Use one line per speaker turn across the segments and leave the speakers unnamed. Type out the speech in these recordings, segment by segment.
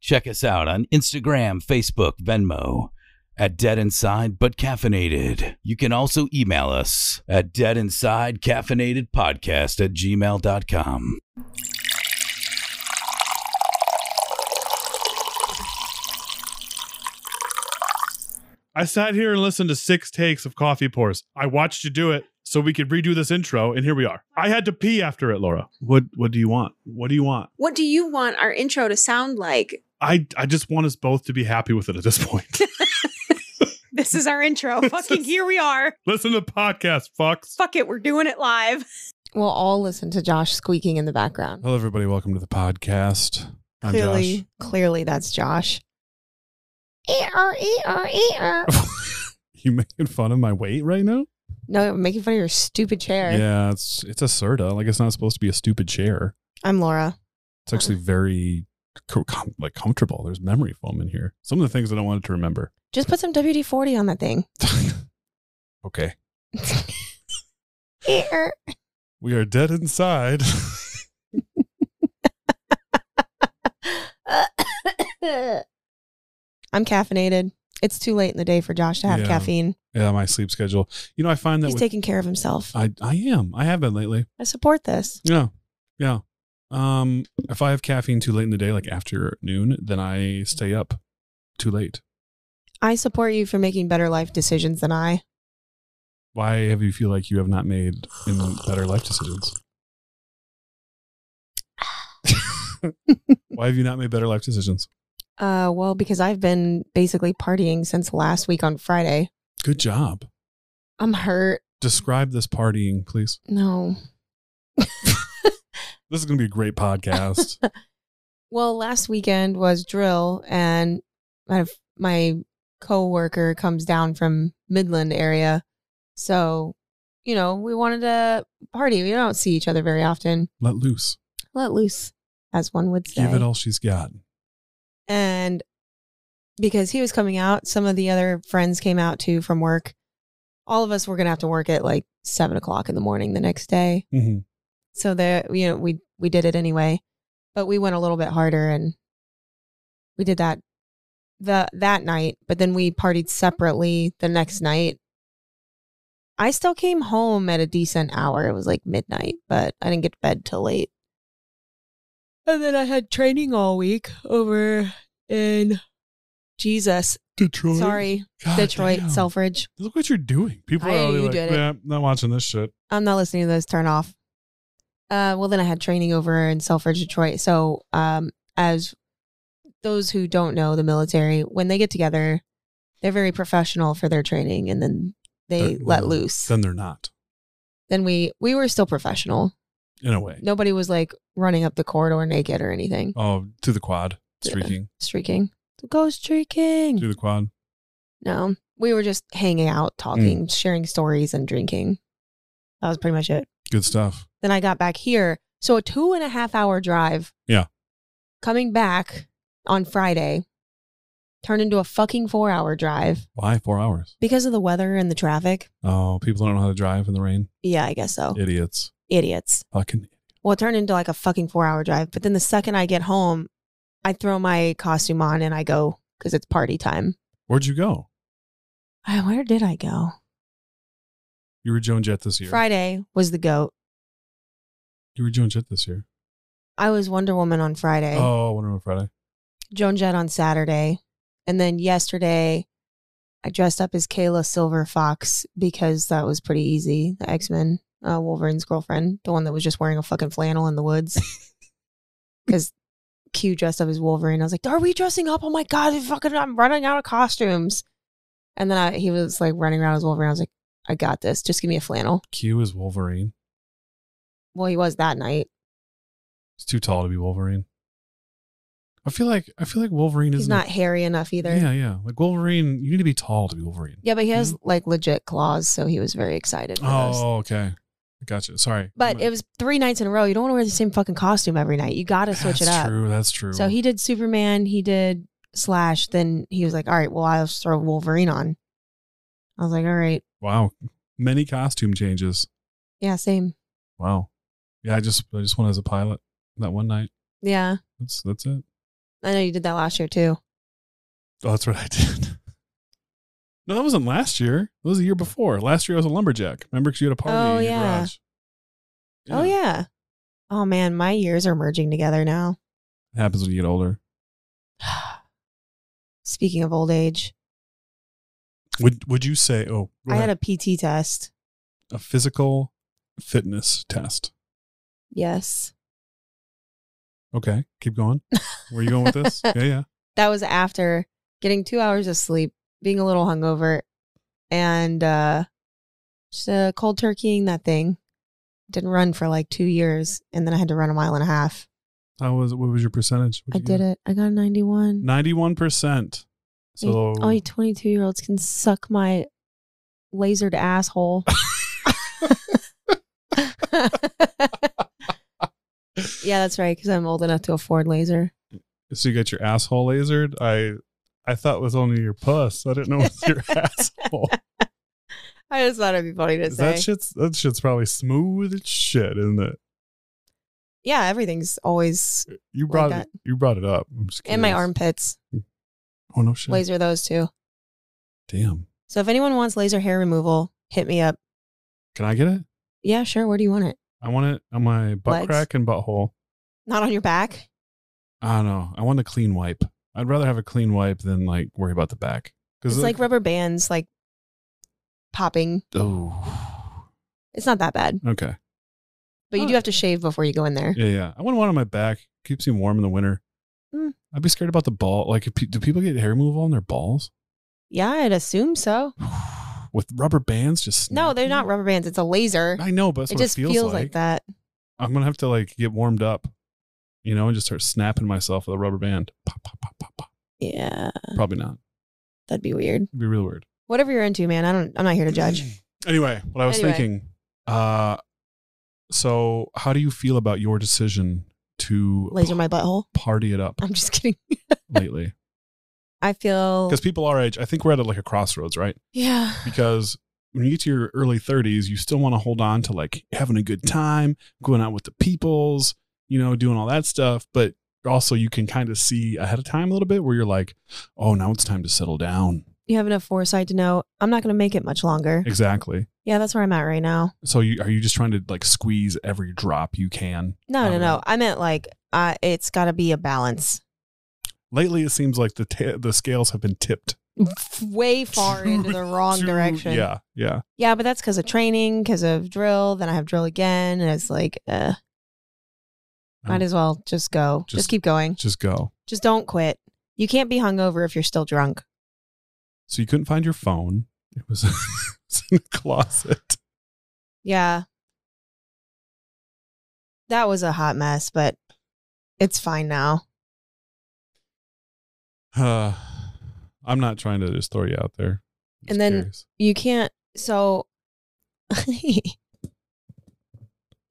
Check us out on Instagram, Facebook, Venmo at Dead Inside But Caffeinated. You can also email us at Dead Inside Caffeinated Podcast at gmail.com.
I sat here and listened to six takes of coffee pours. I watched you do it so we could redo this intro, and here we are. I had to pee after it, Laura. What What do you want? What do you want?
What do you want our intro to sound like?
I I just want us both to be happy with it at this point.
This is our intro. Fucking here we are.
Listen to the podcast, fucks.
Fuck it, we're doing it live.
We'll all listen to Josh squeaking in
Oh,
the background.
Hello, everybody. Welcome to the podcast. I'm
clearly,
Josh.
clearly that's Josh. E-R, E-R, E-R.
You making fun of my weight right now?
no, I'm making fun of your stupid chair.
Yeah, it's it's a Serta. Like it's not supposed to be a stupid chair.
I'm Laura.
It's actually very co- com- like comfortable. There's memory foam in here. Some of the things that I wanted to remember.
Just put some WD 40 on that thing.
okay,
E-R.
we are dead inside.
I'm caffeinated. It's too late in the day for Josh to have
Yeah.
caffeine.
yeah, my sleep schedule. You know, I find that
He's
with,
taking care of himself.
I I am. I have been lately.
I support this.
Yeah, yeah. Um, if I have caffeine too late in the day, like after noon, then I stay up too late.
I support you for making better life decisions than I.
Why have you feel like you have not made in better life decisions? Why have you not made better life decisions?
Uh, well, because I've been basically partying since last week on Friday.
Good job.
I'm hurt.
Describe this partying, please.
No.
This is going to be a great podcast.
Well, last weekend was drill, and my my coworker comes down from Midland area, so you know we wanted to party. We don't see each other very often.
Let loose.
Let loose, as one would say.
Give it all she's got.
and because he was coming out, some of the other friends came out too from work. All of us were gonna have to work at like seven o'clock in the morning the next day,
hmm
so there you know we we did it anyway, but we went a little bit harder and we did that the that night, but then we partied separately the next night. I still came home at a decent hour. It was like midnight, but I didn't get to bed till late. And then I had training all week over in Jesus.
Detroit.
Sorry,
God
Detroit,
damn.
Selfridge.
Look what you're doing. People
I
are
knew
already
you
like,
did it.
yeah, not watching this shit.
I'm not listening to those. Turn off. Uh, well, then I had training over in Selfridge, Detroit. So, um, as those who don't know the military, when they get together, they're very professional for their training, and then they
They're-
let
well,
loose.
Then they're not,
then we we were still professional.
in a way.
Nobody was like running up the corridor naked or anything,
Oh, to the quad,
Yeah.
streaking,
streaking. Go
to
streaking.
the quad.
No, we were just hanging out, talking,
Mm.
sharing stories, and drinking. That was pretty much it.
Good stuff.
Then I got back here. So a two and a half hour drive.
Yeah.
Coming back on Friday turned into a fucking four hour drive
Why four hours?
because of the weather and the traffic.
Oh, people don't know how to drive in the rain.
Yeah, I guess so.
Idiots.
Idiots.
Fucking.
Well, it turned into like a fucking four hour drive. But then the second I get home, I throw my costume on and I go because it's party time.
Where'd you go?
Ah, Where did I go?
You were Joan Jett this year.
Friday was the goat.
You were Joan Jett this year.
I was Wonder Woman on Friday.
Oh, Wonder Woman Friday.
Joan Jett on Saturday. And then yesterday, I dressed up as Kayla Silver Fox because that was pretty easy. The X Men, uh, Wolverine's girlfriend, the one that was just wearing a fucking flannel in the woods. Because Q dressed up as Wolverine. I was like, Are we dressing up? Oh my God, I fucking, I'm running out of costumes. And then I, he was like running around as Wolverine. I was like, I got this. Just give me a flannel.
Q is Wolverine.
Well, he was that night.
He's too tall to be Wolverine. I feel like I feel like Wolverine
He's
isn't
not hairy enough either.
Yeah, yeah. Like Wolverine, you need to be tall to be Wolverine.
Yeah, but he has like legit claws, so he was very excited. For those.
Mm-hmm. Oh, okay. Gotcha. Sorry.
But it was three nights in a row. You don't want to wear the same fucking costume every night. You got to switch
that's
it up.
True. That's true.
So he did Superman. He did Slash. Then he was like, "All right, well, I'll just throw Wolverine on." I was like, "All right,
Wow. Many costume changes.
yeah, same,
Wow. Yeah, I just I just went as a pilot that one night.
yeah."
That's that's it.
I know you did that last year too.
Oh, that's what I did. No, that wasn't last year. That was the year before. Last year I was a lumberjack. Remember, because you had a party
Oh,
in your
yeah.
garage.
Oh yeah. Oh man, my years are merging together now.
It happens when you get older.
Speaking of old age,
Would Would you say? Oh,
I had a PT test.
a physical fitness test.
Yes.
Okay, keep going. Where are you going with this? yeah, yeah.
That was after getting two hours of sleep, being a little hungover, and uh just uh, cold turkeying that thing. Didn't run for like two years, and then I had to run a mile and a half.
How was what was your percentage?
I did it. oh, I got a 91.
Ninety-one percent. So
all you 22 year olds can suck my lasered asshole. yeah, that's right. Because I'm old enough to afford laser.
so you got your asshole lasered. I I thought it was only your puss. I didn't know it was your asshole.
I just thought it'd be funny to say.
That shit's that shit's probably smooth as shit, isn't it?
yeah, everything's always
You
Like
brought
that.
it, you brought it up. I'm just
in my
curious.
armpits.
Oh no shit!
Laser those too.
Damn.
So if anyone wants laser hair removal, hit me up.
Can I get it?
Yeah, sure. Where do you want it?
I want it on my butt
Legs?
crack and butthole.
Not on your back?
I don't know. I want a clean wipe. I'd rather have a clean wipe than like worry about the back.
It's like rubber bands, like popping.
oh,
It's not that bad,
okay,
but you do have to shave before you go in there.
Oh. yeah, yeah. I want one on my back. Keeps you warm in the winter.
Mm.
I'd be scared about the ball. Like, if pe- do people get hair removal on their balls
Yeah, I'd assume so.
with rubber bands? Just
No,
snap
they're
you?
not rubber bands. It's a laser.
I know, but that's
It
what
just
it feels, like.
that.
I'm gonna have to like get warmed up, you know, and just start snapping myself with a rubber band. Pop, pop, pop, pop, pop.
Yeah,
Probably not.
that'd be weird.
It'd be real weird.
Whatever you're into, man. I don't. I'm not here to judge.
Anyway, what I was
Anyway.
thinking. Uh, so how do you feel about your decision to
Laser my butthole.
party it up
I'm just kidding.
lately?
I feel.
Because people our age, I think we're at like a crossroads, right?
Yeah.
Because when you get to your early 30s, you still want to hold on to like having a good time, going out with the peoples, you know, doing all that stuff. But also, you can kind of see ahead of time a little bit where you're like, oh, now it's time to settle down.
You have enough foresight to know I'm not going to make it much longer.
Exactly.
Yeah, that's where I'm at right now.
So, you, are you just trying to like squeeze every drop you can
No, no,
Okay.
no. I meant like, uh, it's got to be a balance.
lately it seems like the ta- the scales have been tipped
Way far into the wrong
Too-
direction.
Yeah, yeah.
Yeah, but that's because of training, because of drill. Then I have drill again, and it's like, uh, might
Oh.
as well just go.
Just-
just keep going.
Just go.
Just don't quit. You can't be hungover if you're still drunk.
So you couldn't find your phone. It was, it was in a closet.
Yeah. That was a hot mess, but it's fine now.
Uh, I'm not trying to just throw you out there. I'm just
And then-
curious.
You can't so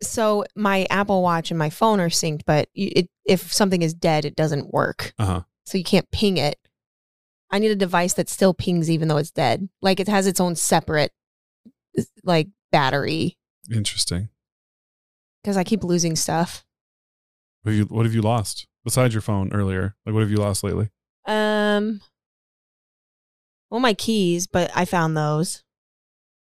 So my Apple Watch and my phone are synced, but you, it, if something is dead, it doesn't work.
Uh-huh.
So you can't ping it. I need a device that still pings even though it's dead. Like it has its own separate like battery
interesting.
because I keep losing stuff.
What have, you, what have you lost besides your phone earlier? Like, what have you lost lately?
Um well my keys, but I found those.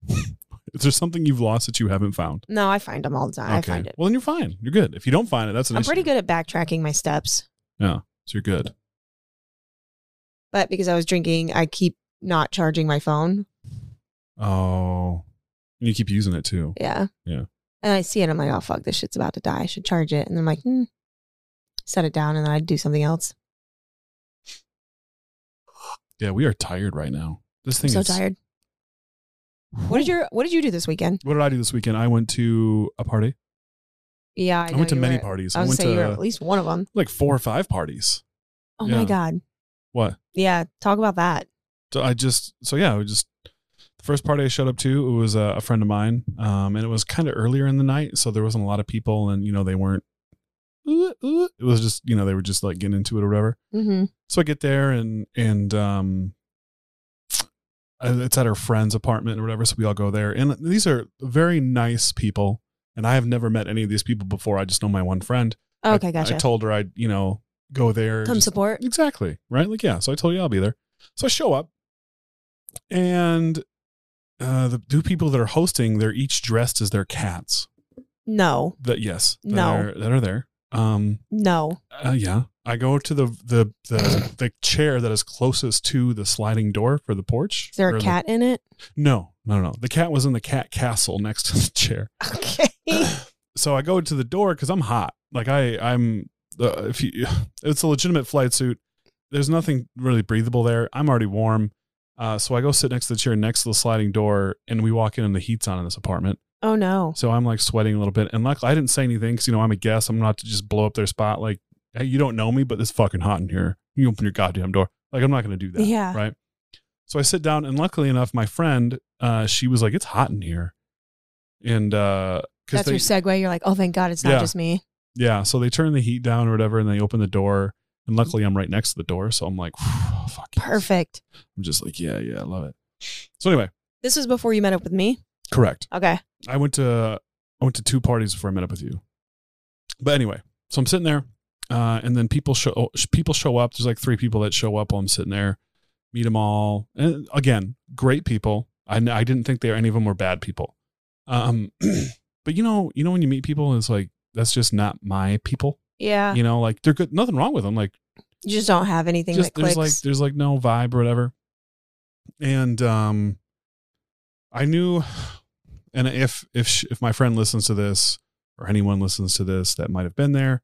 Is there something you've lost that you haven't found?
No, I find them all the time. I find it.
Well, then you're fine. You're good. If you don't find it, that's an
I'm
issue.
pretty good at backtracking my steps,
So you're good.
but because I was drinking, I keep not charging my phone.
Oh, and you keep using it too.
Yeah.
Yeah.
And I see it. I'm like, oh, fuck, this shit's about to die. I should charge it. And I'm like, hmm, set it down and then I'd do something else.
Yeah, we are tired right now. This
I'm
thing
so
is
tired. What did your What did you do this weekend?
What did I do this weekend? I went to a party.
Yeah, I,
I,
know
went to
you
many
were-
parties.
I
I,
was
went
gonna say you were
to
at least one of them.
like four or five parties.
Oh
Yeah.
my god.
What?
Yeah, talk about that.
So I just so yeah, we just the first party I showed up to it was a, a friend of mine, um, and it was kind of earlier in the night, so there wasn't a lot of people, and you know they weren't. "Ooh, ooh." It was just you know they were just like getting into it or whatever.
Mm-hmm.
So I get there and and um, uh, it's at her friend's apartment or whatever. So we all go there, and these are very nice people, and I have never met any of these people before. I just know my one friend. I-
Okay, gotcha.
I told her I, would you know, go there.
Come
just-
support.
Exactly. Right. Like, yeah. So I told you I'll be there. So I show up and uh, the two people that are hosting, they're each dressed as their cats.
No,
That yes, that
No.
are, that are there. Um,
no.
uh, yeah. I go to the, the the the chair that is closest to the sliding door for the porch.
Is there
Or
a
the-
cat in it?
no, no, no. The cat was in the cat castle next to the chair.
Okay.
so I go to the door because I'm hot. Like I, I'm. Uh, if you, it's a legitimate flight suit. There's nothing really breathable there. I'm already warm. Uh, so I go sit next to the chair next to the sliding door, and we walk in, and the heat's on in this apartment.
oh no.
So I'm like sweating a little bit, and luckily I didn't say anything because you know I'm a guest. I'm not to just blow up their spot. Like, hey, you don't know me, but it's fucking hot in here. You open your goddamn door. Like I'm not gonna do that.
Yeah.
Right. So I sit down, and luckily enough, my friend, uh, she was like, "It's hot in here," and uh,
That's your segue. You're like, oh, thank God, it's not
Yeah.
just me.
yeah. So they turn the heat down or whatever, and they open the door. And luckily, I'm right next to the door, so I'm like, "Phew, oh, "Fuck." yes."
Perfect.
I'm just like, yeah, yeah, I love it. So anyway,
This was before you met up with me.
correct.
Okay.
I went to I went to two parties before I met up with you. But anyway, so I'm sitting there, uh, and then people show people show up. There's like three people that show up while I'm sitting there. Meet them all, and again, great people. I kn- I didn't think they any of them were bad people. Um, but you know, you know when you meet people, it's like that's just not my people.
Yeah.
You know, like they're good. Nothing wrong with them. Like
You just don't have anything that
there's
clicks.
like there's like no vibe or whatever. And um, I knew, and if if sh- if my friend listens to this or anyone listens to this that might have been there,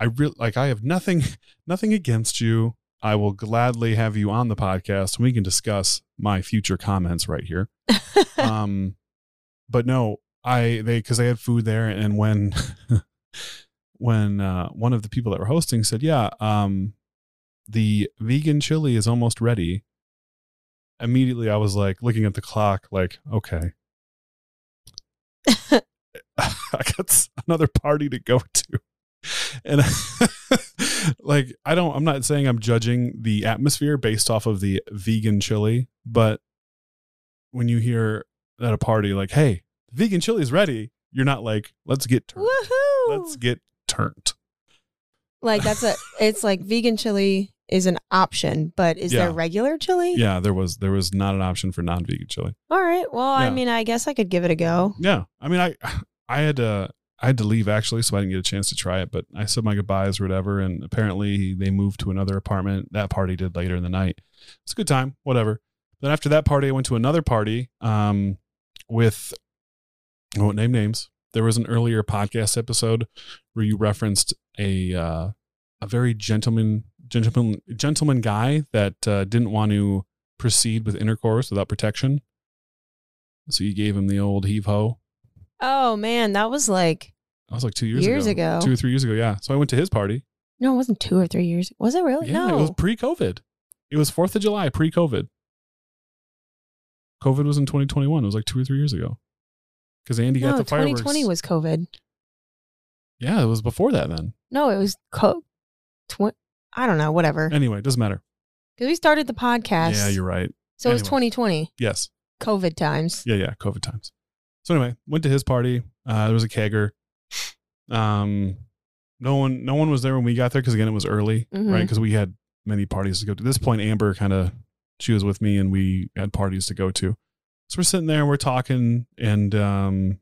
I really like I have nothing nothing against you. I will gladly have you on the podcast. and We can discuss my future comments right here um but no i they because they had food there and when when uh one of the people that were hosting said yeah um the vegan chili is almost ready immediately i was like looking at the clock like okay i got s- another party to go to and like i don't i'm not saying i'm judging the atmosphere based off of the vegan chili but when you hear at a party like, "Hey, vegan chili is ready," you're not like, "Let's get turned."
Woohoo!
Let's get turned.
like that's a. It's like vegan chili is an option, but is
Yeah.
there regular chili?
Yeah, there was there was not an option for non-vegan chili.
All right. Well, I
Yeah.
mean, I guess I could give it a go.
Yeah, I mean, I I had to I had to leave actually, so I didn't get a chance to try it. But I said my goodbyes or whatever, and apparently they moved to another apartment. That party did later in the night. It's a good time, whatever. Then after that party, I went to another party um, with I won't name names. There was an earlier podcast episode where you referenced a uh, a very gentleman gentleman gentleman guy that uh, didn't want to proceed with intercourse without protection. So you gave him the old heave ho.
Oh man, that was like
I was like two years,
Years
ago.
ago.
Two or three years ago, yeah. So I went to his party.
no, it wasn't two or three years. Was it really?
Yeah,
Oh, no.
it was pre COVID. It was 4th of July, pre COVID. COVID was in 2021. It was like two or three years ago. Because Andy
no,
got the fireworks.
2020 was COVID.
yeah, it was before that then.
No, it was co. Tw- I don't know. Whatever.
Anyway, it doesn't matter.
Because we started the podcast.
Yeah, you're right.
So it was
anyway.
2020
Yes.
COVID times.
Yeah, yeah, COVID times. So anyway, went to his party. Uh, there was a kegger. Um, no one, no one was there when we got there because again, it was early,
Mhm.
right? Because we had many parties to go to. At this point, Amber kind of she was with me, and we had parties to go to. So we're sitting there, we're talking, and um,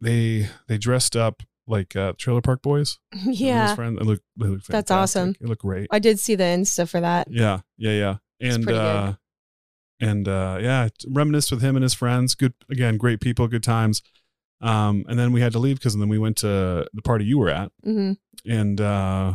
they they dressed up like uh, Trailer Park Boys.
yeah.
friend, it looked, it looked
That's
fantastic.
awesome.
It looked great.
I did see the Insta for that.
Yeah, yeah, yeah.
It's
And
pretty good.
uh and uh yeah, reminisced with him and his friends. Good again, great people, good times. Um and then we had to leave because then we went to the party you were at
hmm
and uh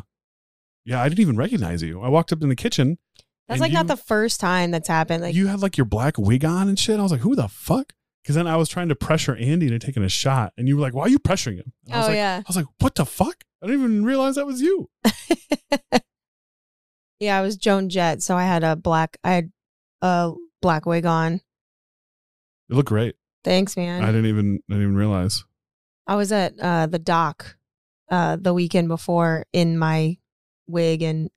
yeah, I didn't even recognize you. I walked up in the kitchen.
That's
and
like not
you-
the first time that's happened. Like
you had like your black wig on and shit. I was like, who the fuck? Because then I was trying to pressure Andy into taking a shot, and you were like, why are you pressuring him? And I was
Oh,
like,
yeah.
I was like, what the fuck? I didn't even realize that was you.
yeah, I was Joan Jett, so I had a black I had a black wig on.
It looked great.
Thanks,
I
man.
didn't even I didn't even realize.
I, was at uh the dock uh the weekend before in my wig and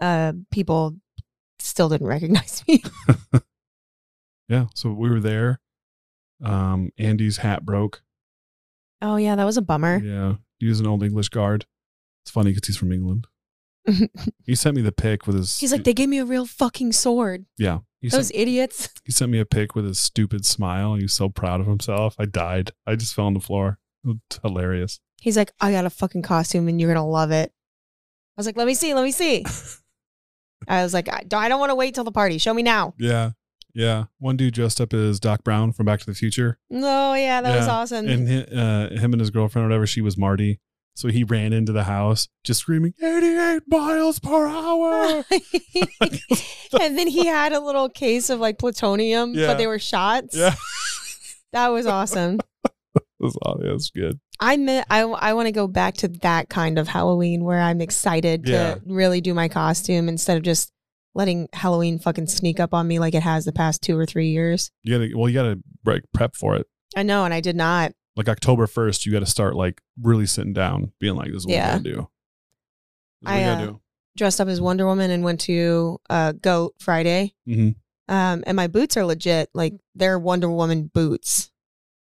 uh people still didn't recognize me.
Yeah. So we were there. Um, Andy's hat broke.
oh yeah, that was a bummer.
Yeah. He was an old English guard. It's funny because he's from England. He sent me the pic with his.
He's like, they gave me a real fucking sword.
yeah. He sent,
Those idiots.
he sent me a pic with his stupid smile. He was so proud of himself. I died. I just fell on the floor. It was hilarious.
He's like, I got a fucking costume and you're gonna love it. I was like, let me see, let me see. I was like, I don't, I don't want to wait till the party. Show me now.
Yeah. Yeah. One dude dressed up as Doc Brown from Back to the Future.
No, Oh, yeah, that was
Yeah,
awesome.
and hi- uh, him and his girlfriend or whatever she was marty so he ran into the house just screaming 88 miles per hour
and then he had a little case of like plutonium,
Yeah.
but they were shots.
yeah
That was awesome.
that's, all- that's good
I mi- I, I want to go back to that kind of Halloween where I'm excited
Yeah.
to really do my costume instead of just letting Halloween fucking sneak up on me like it has the past two or three years.
you gotta well you gotta like prep for it
I know, and I did not.
like october 1st you gotta start like really sitting down being like this is what
Yeah.
we gotta do this is what
I,
we gotta
uh,
do
Dressed up as Wonder Woman and went to uh, Goat Friday.
Mhm.
Um, and my boots are legit. Like they're Wonder Woman boots.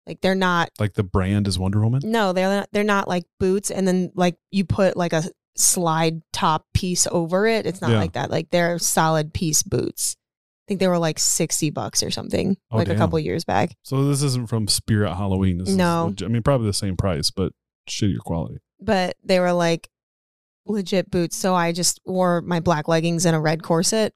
Like they're not
like the brand is wonder woman
No, they're not, they're not like boots, and then like you put like a slide top piece over it. It's not
Yeah.
like that. Like they're solid piece boots. I think they were like sixty bucks or something,
Oh,
like
damn.
a couple years back.
so this isn't from spirit halloween this
No.
is, legi- i mean probably the same price but shittier quality
But they were like legit boots. So I just wore my black leggings and a red corset.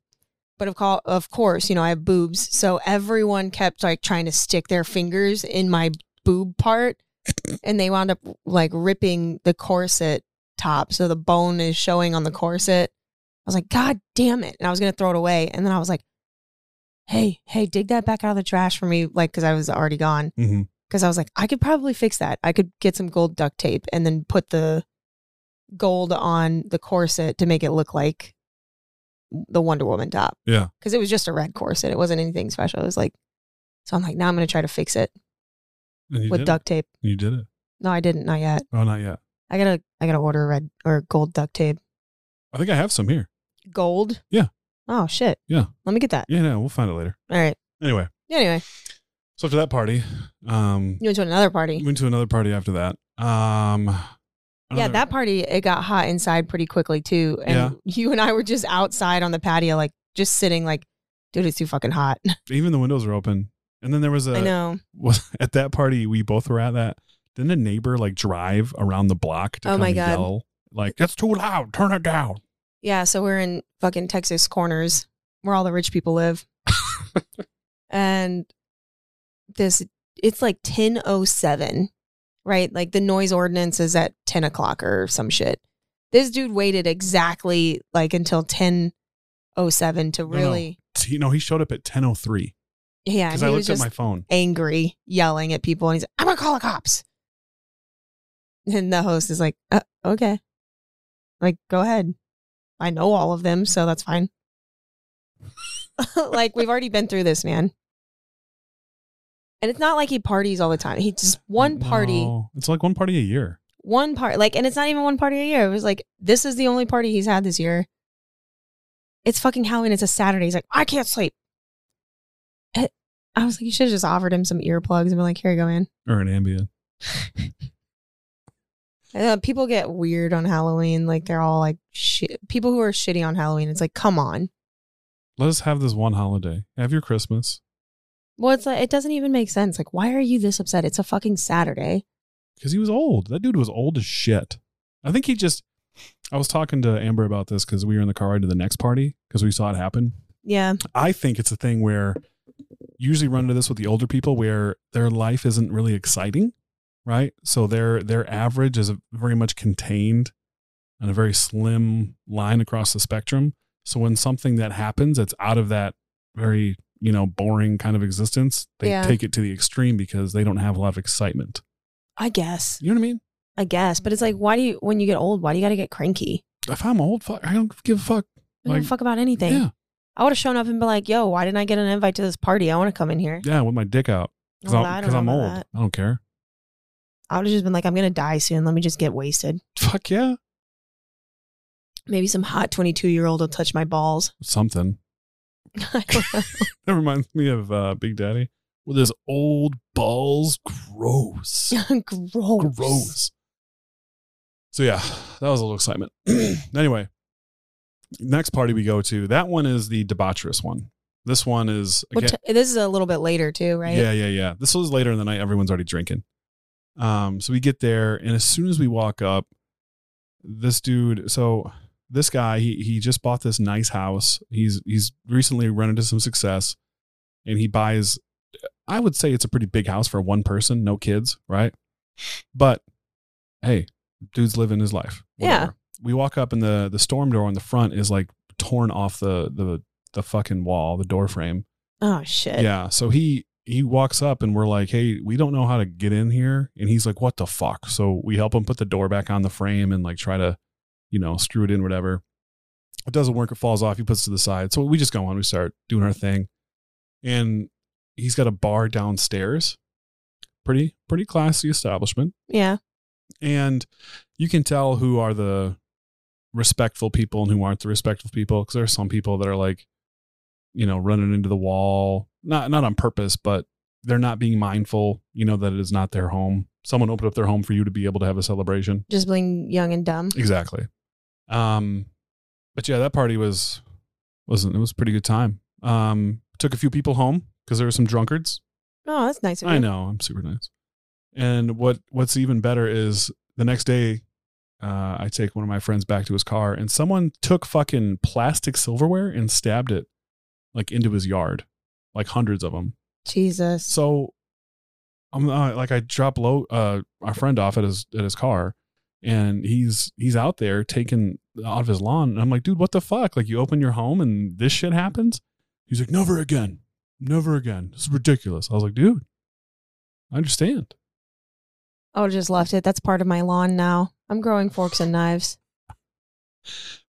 But of, call, of course, you know I have boobs, so everyone kept like trying to stick their fingers in my boob part, and they wound up like ripping the corset top, so the bone is showing on the corset. I was like, God damn it. And I was going to throw it away. And then I was like, hey, hey, dig that back out of the trash for me. Like, cause I was already gone.
Mhm.
Cause I was like, I could probably fix that. I could get some gold duct tape and then put the gold on the corset to make it look like the Wonder Woman top.
Yeah.
Cause it was just a red corset. It wasn't anything special. It was like, so I'm like, now I'm going to try to fix it
and you,
with
did
duct tape.
it. you did it
No, I didn't. Not yet.
oh not yet
I gotta, I gotta order red or gold duct tape.
i think i have some here
Gold.
Yeah.
Oh shit.
Yeah.
Let me get that.
yeah no we'll find it later
All right.
anyway
Anyway,
So after that party, um,
you went to another party.
went to another party after that. Um,
Yeah,
another-
that party it got hot inside pretty quickly too, and
Yeah.
you and I were just outside on the patio, like just sitting, like, dude, it's too fucking hot.
even the windows were open. And then there was
I
a
know.
was, at that party we both were at that. Then a neighbor like drive around the block to
Oh
come
my
and
God.
yell like that's too loud, turn it down.
Yeah, so we're in fucking Texas corners where all the rich people live, and this it's like ten oh seven, right? Like the noise ordinance is at ten o'clock or some shit. This dude waited exactly like until ten oh seven to
no.
really.
T- You know he showed up at ten oh three
Yeah, and
because
he
I
was
looked at
just
my phone.
angry, yelling at people, and he's like, "I'm gonna call the cops." And the host is like, uh, "Okay, like go ahead. I know all of them, so that's fine." like we've already been through this, man. And it's not like he parties all the time. He just one party,
No, it's like one party a year.
one part, like, and it's not even one party a year. It was like this is the only party he's had this year. It's fucking Halloween. It's a Saturday. He's like, I can't sleep. I I was like, you should have just offered him some earplugs and been like, here you go, man.
Or an ambient.
Uh, people get weird on Halloween. Like they're all like shit. People who are shitty on Halloween. It's like, come on.
Let us have this one holiday. Have your Christmas.
Well, it's like it doesn't even make sense. Like, why are you this upset? It's a fucking Saturday.
because he was old. That dude was old as shit. I think he just. I was talking to Amber about this because we were in the car ride to the next party because we saw it happen.
Yeah,
I think it's a thing where you usually run into this with the older people where their life isn't really exciting, right? So their their average is very much contained and a very slim line across the spectrum. So when something that happens that's out of that very, you know, boring kind of existence, they
Yeah.
take it to the extreme because they don't have a lot of excitement.
I guess.
You know what I mean?
I guess. But it's like, why do you when you get old? Why do you got to get cranky?
if I'm old, fuck, I don't give a fuck.
I don't
Like,
fuck about anything.
Yeah,
I would have shown up and been like, "Yo, why didn't I get an invite to this party? I want to come in here."
yeah, with my dick out because
Well, I
I'm,
don't
'cause I'm
know
old.
about that.
I don't care.
I would have just been like, "I'm gonna die soon. Let me just get wasted."
Fuck yeah,
Maybe some hot 22 year old will touch my balls.
something. That reminds me of uh, Big Daddy with his old balls. Gross.
Gross.
Gross. So yeah, that was a little excitement. anyway, Next party we go to, that one is the debaucherous one. This one is
What
again-
ti- this is a little bit later too, right?
Yeah, yeah, yeah. This was later in the night. Everyone's already drinking. Um, so we get there, and as soon as we walk up, this dude. So this guy, he he just bought this nice house. He's he's recently run into some success, and he buys. I would say it's a pretty big house for one person, no kids, right? But hey, dude's living his life.
Yeah.
We walk up, and the the storm door on the front is like torn off the the the fucking wall, the door frame.
Oh shit.
Yeah. So he he walks up and we're like, "Hey, we don't know how to get in here." And he's like, "What the fuck?" So we help him put the door back on the frame and like try to, you know, screw it in whatever. It doesn't work. It falls off. He puts it to the side. So we just go on. We start doing our thing, and he's got a bar downstairs. Pretty pretty classy establishment
Yeah.
and you can tell who are the respectful people and who aren't the respectful people because there are some people that are like you know running into the wall not not on purpose but they're not being mindful you know that it is not their home someone opened up their home for you to be able to have a celebration
Just being young and dumb.
exactly um but yeah that party was wasn't it was a pretty good time um took a few people home because there were some drunkards
Oh, that's nice of you.
I know. I'm super nice. And what what's even better is the next day, uh, I take one of my friends back to his car, and someone took fucking plastic silverware and stabbed it like into his yard, like hundreds of them.
Jesus.
So, I'm uh, like, I drop low uh, our friend off at his at his car, and he's he's out there taking out of his lawn. And I'm like, dude, what the fuck? Like, you open your home and this shit happens. He's like, never again, never again. This is ridiculous. I was like, dude, I understand.
Oh, just left it. That's part of my lawn now. I'm growing forks and knives.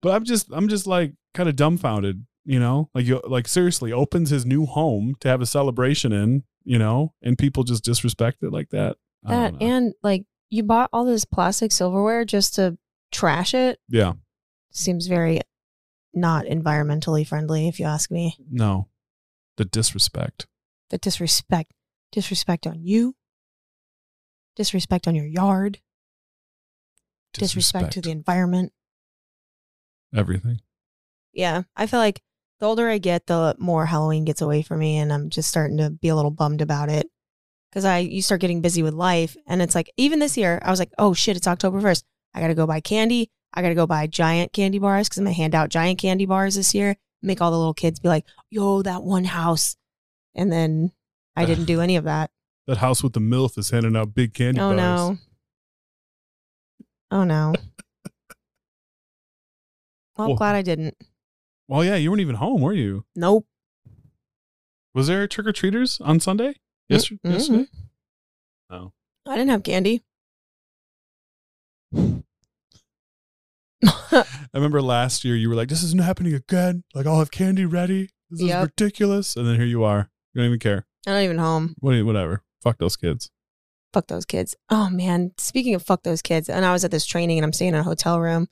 But I'm just I'm just like kind of dumbfounded, you know? Like you like seriously opens his new home to have a celebration in, you know, and people just disrespect it like that. I
That
don't know.
and like you bought all this plastic silverware just to trash it
yeah.
seems very not environmentally friendly if you ask me.
No. The disrespect.
The disrespect disrespect on you. Disrespect on your yard. Disrespect, to the environment.
everything.
Yeah. I feel like the older I get, the more Halloween gets away from me and I'm just starting to be a little bummed about it. Cause I you start getting busy with life and it's like even this year, I was like, oh shit, it's October first. I gotta go buy candy. I gotta go buy giant candy bars because I'm gonna hand out giant candy bars this year. Make all the little kids be like, yo, that one house. And then I didn't do any of that.
That house with the MILF is handing out big candy
Oh
bars.
no. Oh no. Well,
Well-
I'm glad I didn't.
Well, yeah, you weren't even home, were you?
Nope.
Was there trick or treaters on
Mm,
Sunday? Yes,
Mm-mm.
yesterday? No.
Mm-hmm. I didn't have candy.
I remember last year you were like, "This isn't happening again." Like I'll have candy ready. This is
Yep.
ridiculous. And then here you are. You don't even care.
I'm not even home.
What? do you- Whatever. Fuck those kids.
Fuck those kids. Oh man. Speaking of fuck those kids, and I was at this training and I'm staying in a hotel room.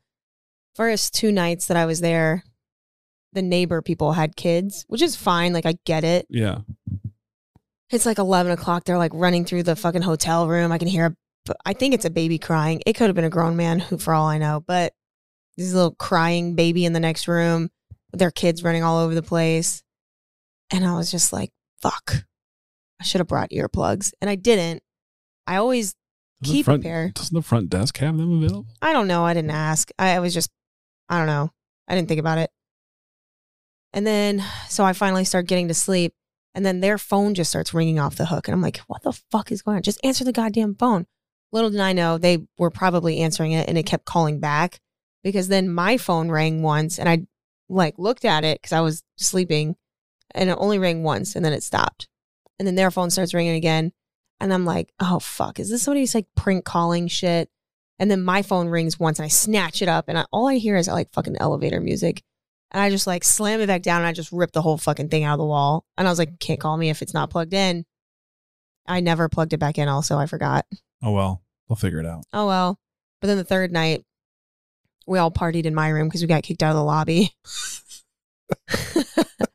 First two nights that I was there, the neighbor people had kids, which is fine. Like I get it.
Yeah.
It's like 11 o'clock. They're like running through the fucking hotel room. I can hear, a, I think it's a baby crying. It could have been a grown man who, for all I know, but this little crying baby in the next room with their kids running all over the place. And I was just like, fuck, I should have brought earplugs. And I didn't. I always,
Doesn't
Key
the front,
prepare.
Doesn't the front desk have them available?
I don't know. I didn't ask. I, I was just, I don't know. I didn't think about it. And then, so I finally start getting to sleep. And then their phone just starts ringing off the hook. And I'm like, what the fuck is going on? Just answer the goddamn phone. Little did I know they were probably answering it and it kept calling back because then my phone rang once and I like looked at it because I was sleeping and it only rang once and then it stopped. And then their phone starts ringing again. And I'm like, oh fuck, is this somebody's like prank calling shit? And then my phone rings once and I snatch it up and I, all I hear is like fucking elevator music. And I just like slam it back down and I just rip the whole fucking thing out of the wall. And I was like, can't call me if it's not plugged in. I never plugged it back in, also. I forgot.
Oh well, we'll figure it out.
Oh well. But then the third night, we all partied in my room because we got kicked out of the lobby.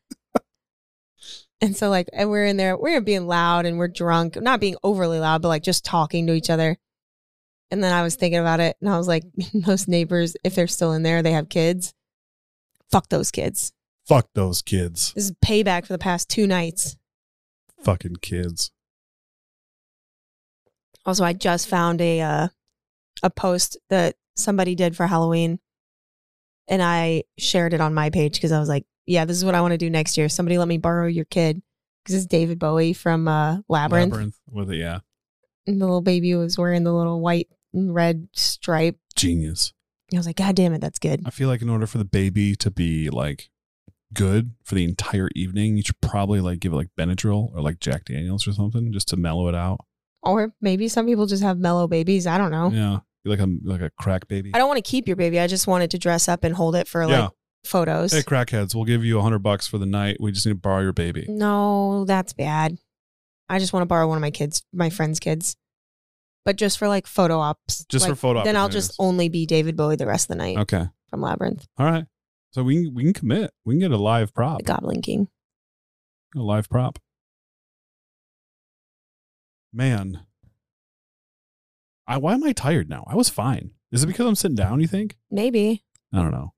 and so like and we're in there, we're being loud and we're drunk. Not being overly loud, but like just talking to each other. And then I was thinking about it and I was like, most neighbors, if they're still in there, they have kids. Fuck those kids.
Fuck those kids.
This is payback for the past two nights.
Fucking kids.
Also, I just found a uh, a post that somebody did for Halloween, and I shared it on my page because I was like, "Yeah, this is what I want to do next year. Somebody let me borrow your kid." Because it's David Bowie from uh, Labyrinth.
With it, yeah.
And the little baby was wearing the little white and red stripe.
Genius.
I was like, God damn it, that's good.
I feel like in order for the baby to be like good for the entire evening, you should probably like give it like Benadryl or like Jack Daniels or something just to mellow it out.
Or maybe some people just have mellow babies. I don't know.
Yeah. Like a like a crack baby.
Oh. I don't want to keep your baby. I just wanted to dress up and hold it for
Yeah.
like photos.
Hey, crackheads, we'll give you a hundred bucks for the night. We just need to borrow your baby.
No, that's bad. I just want to borrow one of my kids, my friend's kids, but just for like photo ops.
Just for
Like,
photo
Then I'll just only be David Bowie the rest of the night
Okay.
from Labyrinth,
All right. So we can, we can commit. We can get a live prop.
the Goblin King.
A live prop. Man. I why am I tired now? I was fine. Is it because I'm sitting down, you think?
Maybe,
I don't know.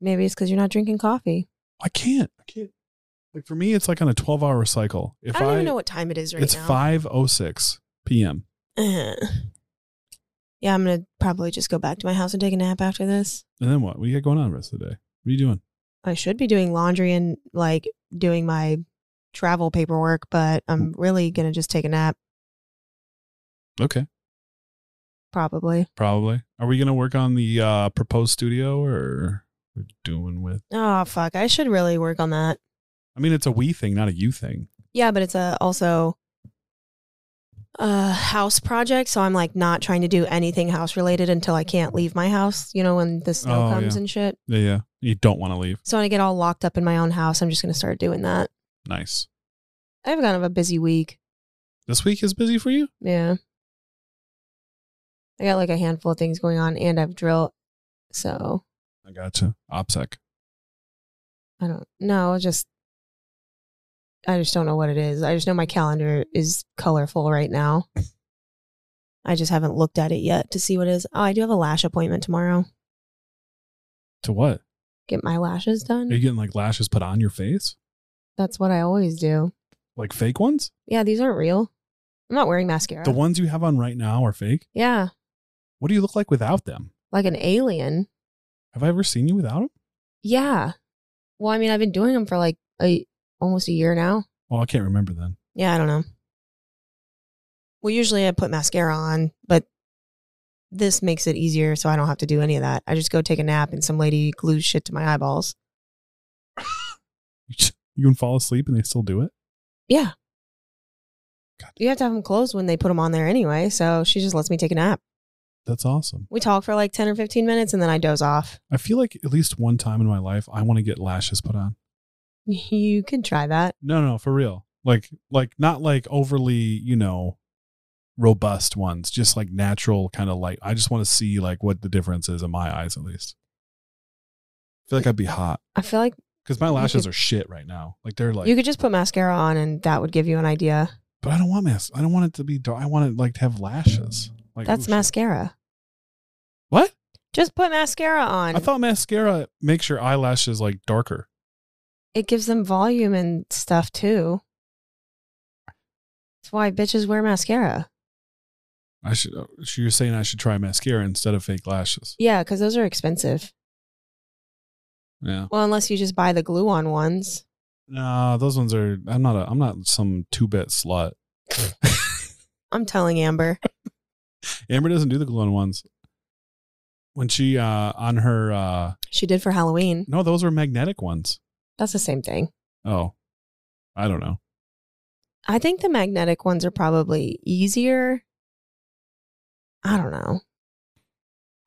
maybe it's because you're not drinking coffee.
I can't. I can't. Like for me, it's like on a 12 hour cycle. If
I
I,
don't even know what time it is right
it's
now. Uh-huh.
5.06 p.m.
yeah, I'm gonna probably just go back to my house and take a nap after this.
And then what? What do you got going on the rest of the day? What are you doing?
I should be doing laundry and like doing my travel paperwork, but
Mm.
I'm really gonna just take a nap
Okay.
probably.
Probably. Are we gonna work on the uh proposed studio or we're doing with
Oh fuck, I should really work on that.
I mean it's a we thing, not a you thing.
Yeah, but it's a also a house project, so I'm like not trying to do anything house related until I can't leave my house, you know, when the snow
Oh,
comes
yeah.
and shit.
Yeah, yeah. You don't want to leave.
So when I get all locked up in my own house, I'm just gonna start doing that.
Nice.
I have kind of a busy week.
This week is busy for you?
Yeah. I got like a handful of things going on and I've drill so
I gotcha. OPSEC.
I don't know, just I just don't know what it is. I just know my calendar is colorful right now. I just haven't looked at it yet to see what it is. Oh, I do have a lash appointment tomorrow.
To what?
Get my lashes
Are you
done.
getting like lashes put on your face?
That's what I always do.
Like fake ones?
Yeah, these aren't real. I'm not wearing mascara.
The ones you have on right now are fake?
yeah,
What do you look like without them?
like an alien.
Have I ever seen you without them?
Yeah. Well, I mean, I've been doing them for like a almost a year now.
Well, I can't remember then.
Yeah, I don't know. Well, usually I put mascara on, but this makes it easier so I don't have to do any of that. I just go take a nap and some lady glues shit to my eyeballs.
You can fall asleep and they still do it?
Yeah.
God.
You have to have them closed when they put them on there anyway, so she just lets me take a nap.
That's awesome.
We talk for like 10 or 15 minutes and then I doze off.
I feel like at least one time in my life I want to get lashes put on.
You can try that.
No, no, for real. Like like not like overly, you know, robust ones, just like natural kind of light. I just want to see like what the difference is in my eyes at least. I feel like I'd be hot.
I feel like
Because my lashes
could-
are shit right now. Like they're like
you could just put mascara on and that would give you an idea.
But I don't want masks. I don't want it to be dark. I want it like to have lashes. Like
That's
ooh, shit.
mascara.
What?
Just put mascara on.
I thought mascara makes your eyelashes like darker.
it gives them volume and stuff too. That's why bitches wear mascara.
I should. uh, so You're saying I should try mascara instead of fake lashes.
Yeah, because those are expensive.
Yeah.
Well, unless you just buy the glue on ones.
No, those ones are. I'm not. A, I'm not some two bit slut.
I'm telling Amber.
Amber doesn't do the glue on ones. When she uh on her uh
She did for Halloween.
no, those were magnetic ones.
That's the same thing.
Oh, I don't know.
I think the magnetic ones are probably easier. I don't know.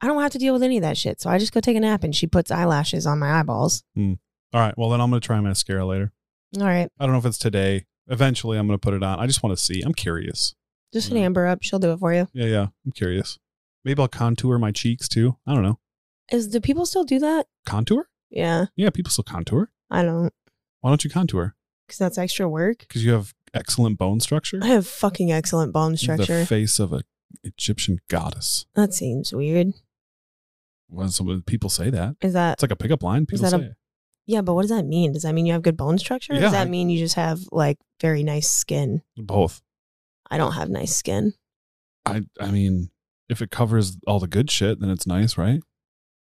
I don't have to deal with any of that shit. So I just go take a nap and she puts eyelashes on my eyeballs.
All right. Well, then I'm gonna try mascara later.
All right.
I don't know if it's today. Eventually, I'm gonna put it on. I just want to see. I'm curious.
Just hit
Mm.
Amber up. She'll do it for you.
Yeah, yeah. I'm curious. Maybe I'll contour my cheeks too. I don't know.
Is do people still do that?
Contour?
Yeah.
Yeah, people still contour.
I don't.
Why don't you contour?
Because that's extra work.
Because you have excellent bone structure.
I have fucking excellent bone structure.
The face of a Egyptian goddess.
that seems weird.
Well, so when people say that.
Is that
It's like a pickup line. People
that
say
a-
it.
Yeah, but what does that mean? Does that mean you have good bone structure? Or
Yeah,
does that
I-
mean you just have like very nice skin?
Both.
I don't have nice skin.
I I mean, if it covers all the good shit, then it's nice, right?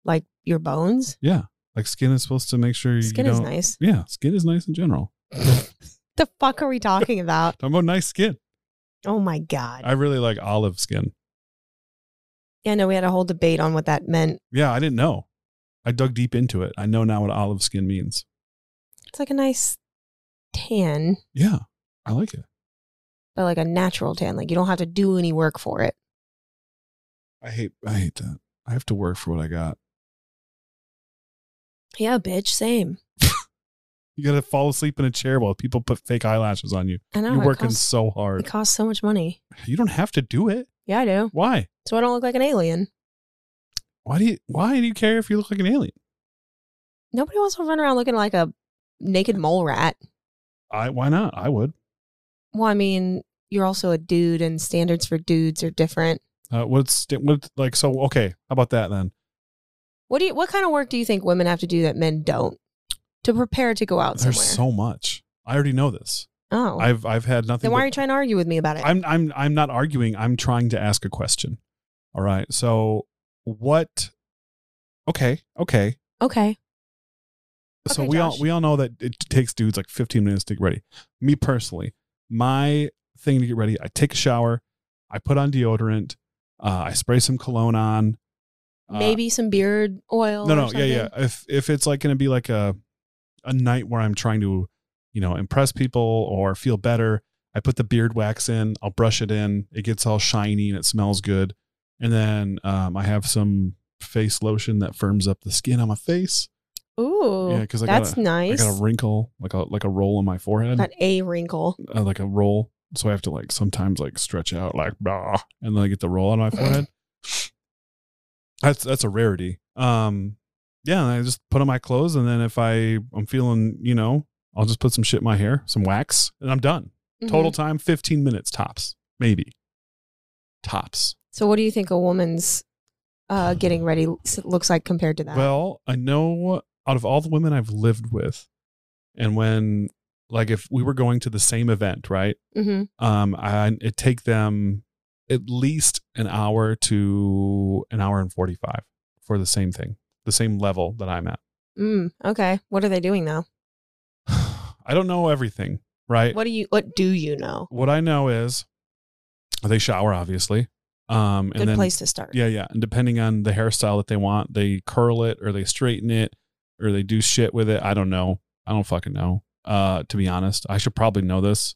Like your bones?
Yeah. Like skin is supposed to make sure you
Skin
don't,
is nice.
Yeah, skin is nice in general.
The fuck are we talking about?
Talking about nice skin.
Oh my god.
I really like olive skin.
Yeah, no, we had a whole debate on what that meant.
Yeah, I didn't know. I dug deep into it. I know now what olive skin means.
It's like a nice tan,
Yeah, I like it.
but like a natural tan. Like you don't have to do any work for it.
I hate I hate that. I have to work for what I got.
Yeah, bitch, same.
You gotta fall asleep in a chair while people put fake eyelashes on you.
I know.
You're
it
working
costs-
so
It
hard.
costs so much money.
You don't have to do it.
Yeah, I do.
Why?
So I don't look like an alien.
Why do you why do you care if you look like an alien?
Nobody wants to run around looking like a naked mole rat.
I why not? I would.
Well, I mean, you're also a dude, and standards for dudes are different.
Uh, what's what like so okay, how about that then?
What do you? What kind of work do you think women have to do that men don't to prepare to go out
There's so
somewhere?
much. I already know this.
oh,
I've I've had nothing
then why
but-
are you trying to argue with me about it?
I'm I'm I'm not arguing. I'm trying to ask a question. All right. So what Okay, okay.
okay,
so
Okay,
we all
Josh.
we all know that it takes dudes like 15 minutes to get ready. Me personally, my thing to get ready, I take a shower, I put on deodorant, uh, I spray some cologne on. uh,
maybe some beard oil.
no,
or
no, yeah,
something.
yeah. If if it's like going to be like a a night where I'm trying to, you know, impress people or feel better, I put the beard wax in. I'll brush it in. It gets all shiny and it smells good. And then um, I have some face lotion that firms up the skin on my face.
Ooh,
Yeah, 'cause I got
that's
a-
nice.
I got a wrinkle, like a like a roll on my forehead,
Got a wrinkle.
uh, like a roll. So I have to like sometimes like stretch out like bah, and then I get the roll on my forehead. That's that's a rarity. Um, yeah, and I just put on my clothes, and then if I I'm feeling, you know, I'll just put some shit in my hair, some wax, and I'm done. Mm-hmm. Total
Mhm.
time 15 minutes tops, maybe. Tops.
So, what do you think a woman's uh, getting ready s- looks like compared to that?
Well, I know out of all the women I've lived with, and when like if we were going to the same event, right?
hmm
um I, it take them at least an hour to an hour and 45 for the same thing the same level that i'm at
mm, okay. What are they doing now?
i don't know everything right
What do you? What do you know?
what i know is they shower obviously um and
Good
then
place to start.
yeah yeah and depending on the hairstyle that they want they curl it or they straighten it or they do shit with it i don't know i don't fucking know uh to be honest i should probably know this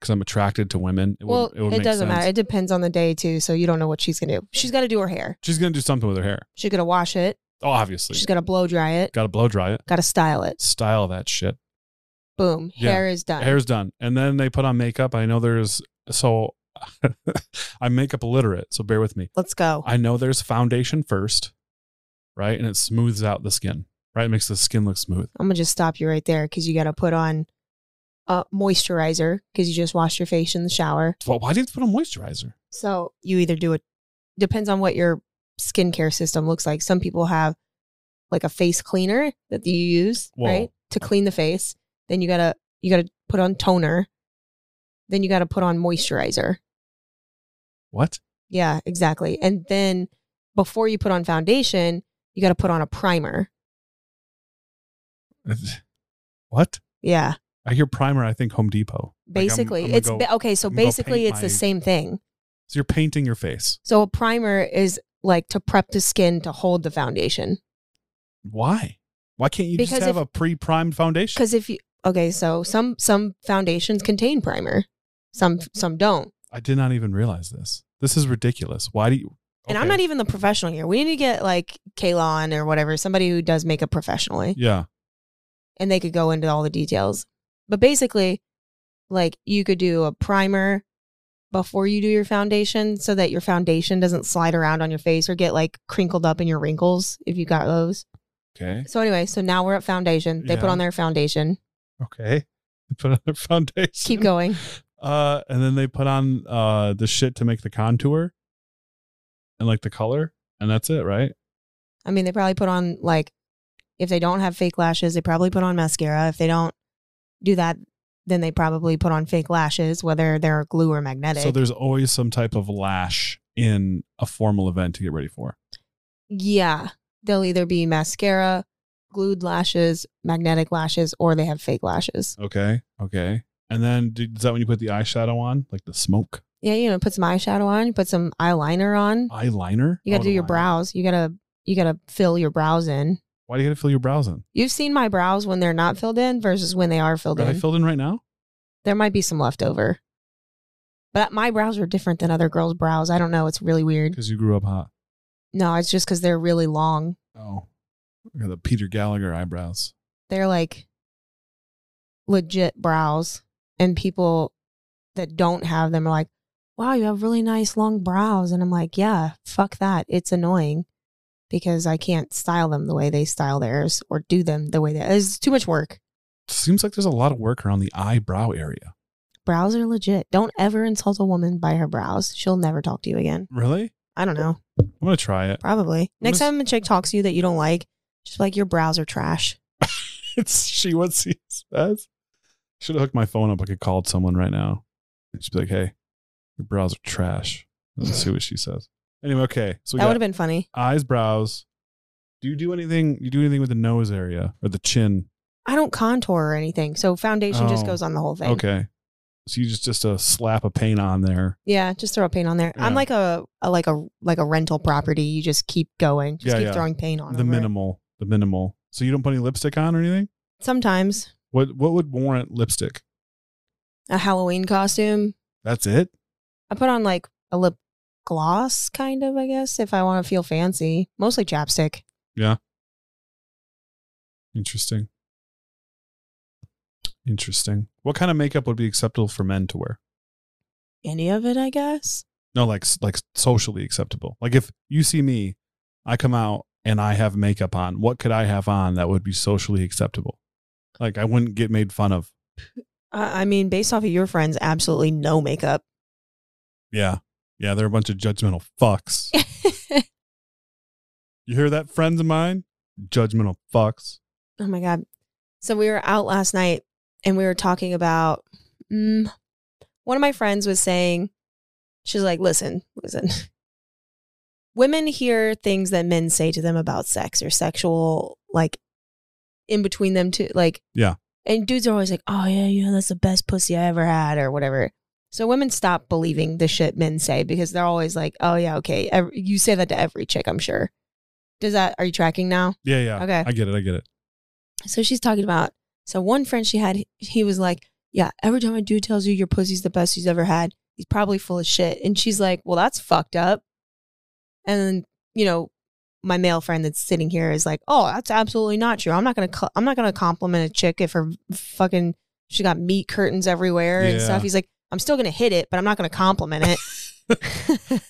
because i'm attracted to women it would-
well, it,
it, would make
doesn't
sense.
matter. It depends on the day too. So you don't know what she's gonna do. She's gotta do her hair.
She's gonna do something with her hair.
She's gonna wash it.
Oh, obviously.
She's gonna blow dry it.
Got to blow dry it.
Gotta style it.
Style that shit.
Boom.
Yeah.
Hair is done.
Hair's done, and then they put on makeup. I know there's so I'm makeup illiterate, so bear with me.
Let's go.
I know there's foundation first, right? And it smooths out the skin, right? It makes the skin look smooth.
I'm gonna just stop you right there because you gotta put on a moisturizer because you just washed your face in the shower.
Well, why do you have to put on moisturizer?
So you either do it depends on what your skincare system looks like. Some people have like a face cleaner that you use,
Whoa.
right? To clean the face. Then you gotta you gotta put on toner. Then you gotta put on moisturizer.
What?
Yeah, exactly. And then before you put on foundation, you gotta put on a primer.
what?
Yeah.
I hear primer. I think Home Depot. Like, I'm-
Basically,
I'm gonna
it's
go-
ba- okay. So
I'm gonna go
basically,
paint
it's
my-
the same thing.
so you're painting your face.
So a primer is like to prep the skin to hold the foundation.
Why? Why can't you
Because
just have
if-
a pre-primed foundation?
Because if you okay, so some some foundations contain primer, some some don't.
I did not even realize this. This is ridiculous. Why do you?
And I'm
Okay.
not even the professional here. We need to get like Kayla on or whatever, somebody who does makeup professionally.
Yeah.
and they could go into all the details. But basically, like you could do a primer before you do your foundation so that your foundation doesn't slide around on your face or get like crinkled up in your wrinkles if you got those.
Okay.
So anyway, so now we're at foundation. They put
Yeah.
on their foundation.
Okay. They put on their foundation.
Keep going.
Uh, and then they put on uh the shit to make the contour and like the color, and that's it, right?
I mean, they probably put on like If they don't have fake lashes, they probably put on mascara. If they don't do that, then they probably put on fake lashes, whether they're glue or magnetic.
So there's always some type of lash in a formal event to get ready for.
yeah, they'll either be mascara, glued lashes, magnetic lashes, or they have fake lashes.
Okay. Okay. And then do, is that when you put the eyeshadow on, like the smoke
Yeah, you know, put some eyeshadow on, put some eyeliner on.
eyeliner?
Mm-hmm. You got
Oh,
to
the
do your
liner.
brows. You got to you got to fill your brows in.
Why do you got to fill your brows in?
You've seen my brows when they're not filled in versus when they are filled
Are
in. Mm-hmm.
they filled in right now?
there might be some leftover. But my brows are different than other girls' brows. I don't know. It's really weird.
Because you grew up hot.
No, it's just because they're really long.
Oh, Look at the Peter Gallagher eyebrows.
They're like legit brows. And people that don't have them are like, wow, you have really nice long brows. And I'm like, yeah, fuck that. It's annoying because I can't style them the way they style theirs or do them the way that it's too much work.
Seems like there's a lot of work around the eyebrow area.
Brows are legit. Don't ever insult a woman by her brows. She'll never talk to you again.
Really?
I don't know.
I'm gonna try it.
Probably. Next
gonna
time a chick talks to you that you don't like, just be like your brows are trash.
it's she what she says. Should have hooked my phone up. I could called someone right now. And she'd be like, "Hey, your brows are trash." Let's see what she says. Anyway, okay. So we
that would
got
have been funny.
eyes, brows. Do you do anything? You do anything with the nose area or the chin?
I don't contour or anything, so foundation just
Oh,
goes on the whole thing.
Okay. So you just just a slap of paint on there.
Yeah, just throw paint on there. I'm
Yeah.
like a, a like a like a rental property. You just keep going, just
Yeah,
keep
yeah.
throwing paint on
The
over it.
minimal. The minimal. So you don't put any lipstick on or anything.
Sometimes
What What would warrant lipstick?
a Halloween costume.
That's it.
I put on like a lip gloss, kind of. I guess if I want to feel fancy, mostly chapstick.
Interesting. Interesting. What kind of makeup would be acceptable for men to wear?
Any of it, I guess.
No, like like socially acceptable. Like if you see me, I come out and I have makeup on. What could I have on that would be socially acceptable? Like I wouldn't get made fun of.
I I mean, based off of your friends, absolutely no makeup.
Yeah. Yeah, they're a bunch of judgmental fucks.
oh
You hear that, friends of mine? Judgmental fucks.
Oh my god. So we were out last night and we were talking about mm, one of my friends was saying she's like, "Listen, listen. Women hear things that men say to them about sex or sexual like in between them two like
Yeah.
And dudes are always like, "Oh yeah, you know, that's the best pussy I ever had or whatever." So women stop believing the shit men say because they're always like, "Oh yeah, okay. Every, you say that to every chick, I'm sure." Does that are you tracking now?
Yeah, yeah.
Okay.
I get it. I get it.
So she's talking about. So one friend she had, he was like, "Yeah, every time a dude tells you your pussy's the best he's ever had, he's probably full of shit." And she's like, "Well, that's fucked up." And then you know, my male friend that's sitting here is like, "Oh, that's absolutely not true. I'm not gonna, cl- I'm not gonna compliment a chick if her fucking she got meat curtains everywhere and
Yeah.
stuff." He's like, "I'm still gonna hit it, but I'm not gonna compliment it."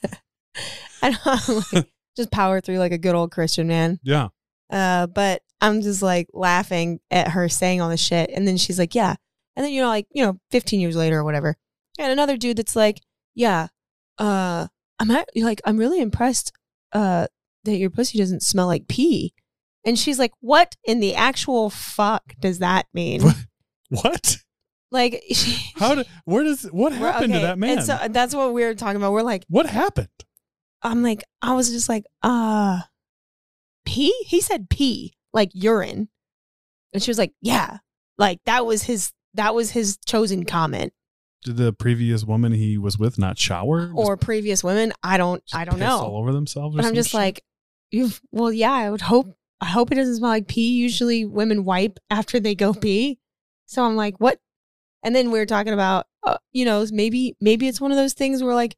and I'm like, just power through like a good old Christian man.
Yeah.
Uh, but I'm just like laughing at her saying all this shit. And then she's like, yeah. And then, you know, like, you know, 15 years later or whatever. And another dude that's like, yeah, uh, I'm at, like, I'm really impressed, uh, that your pussy doesn't smell like pee. And she's like, what in the actual fuck does that mean?
What?
like, she,
How did? Where does? What
we're-
happened
okay,
to that man?
And so uh, that's what we were talking about. We're like,
what happened?
I'm like, I was just like, uh, pee? He said pee, like urine. And she was like, yeah, like that was his, that was his chosen comment
Did the previous woman he was with not shower? Just-
or previous women. I don't,
just
I don't
piss All
know.
over themselves. or
But I'm
some
just
shit?
like, you, well, yeah, I would hope, I hope it doesn't smell like pee. Usually women wipe after they go pee. So I'm like, what? And then we were talking about, uh, you know, maybe, maybe it's one of those things where like,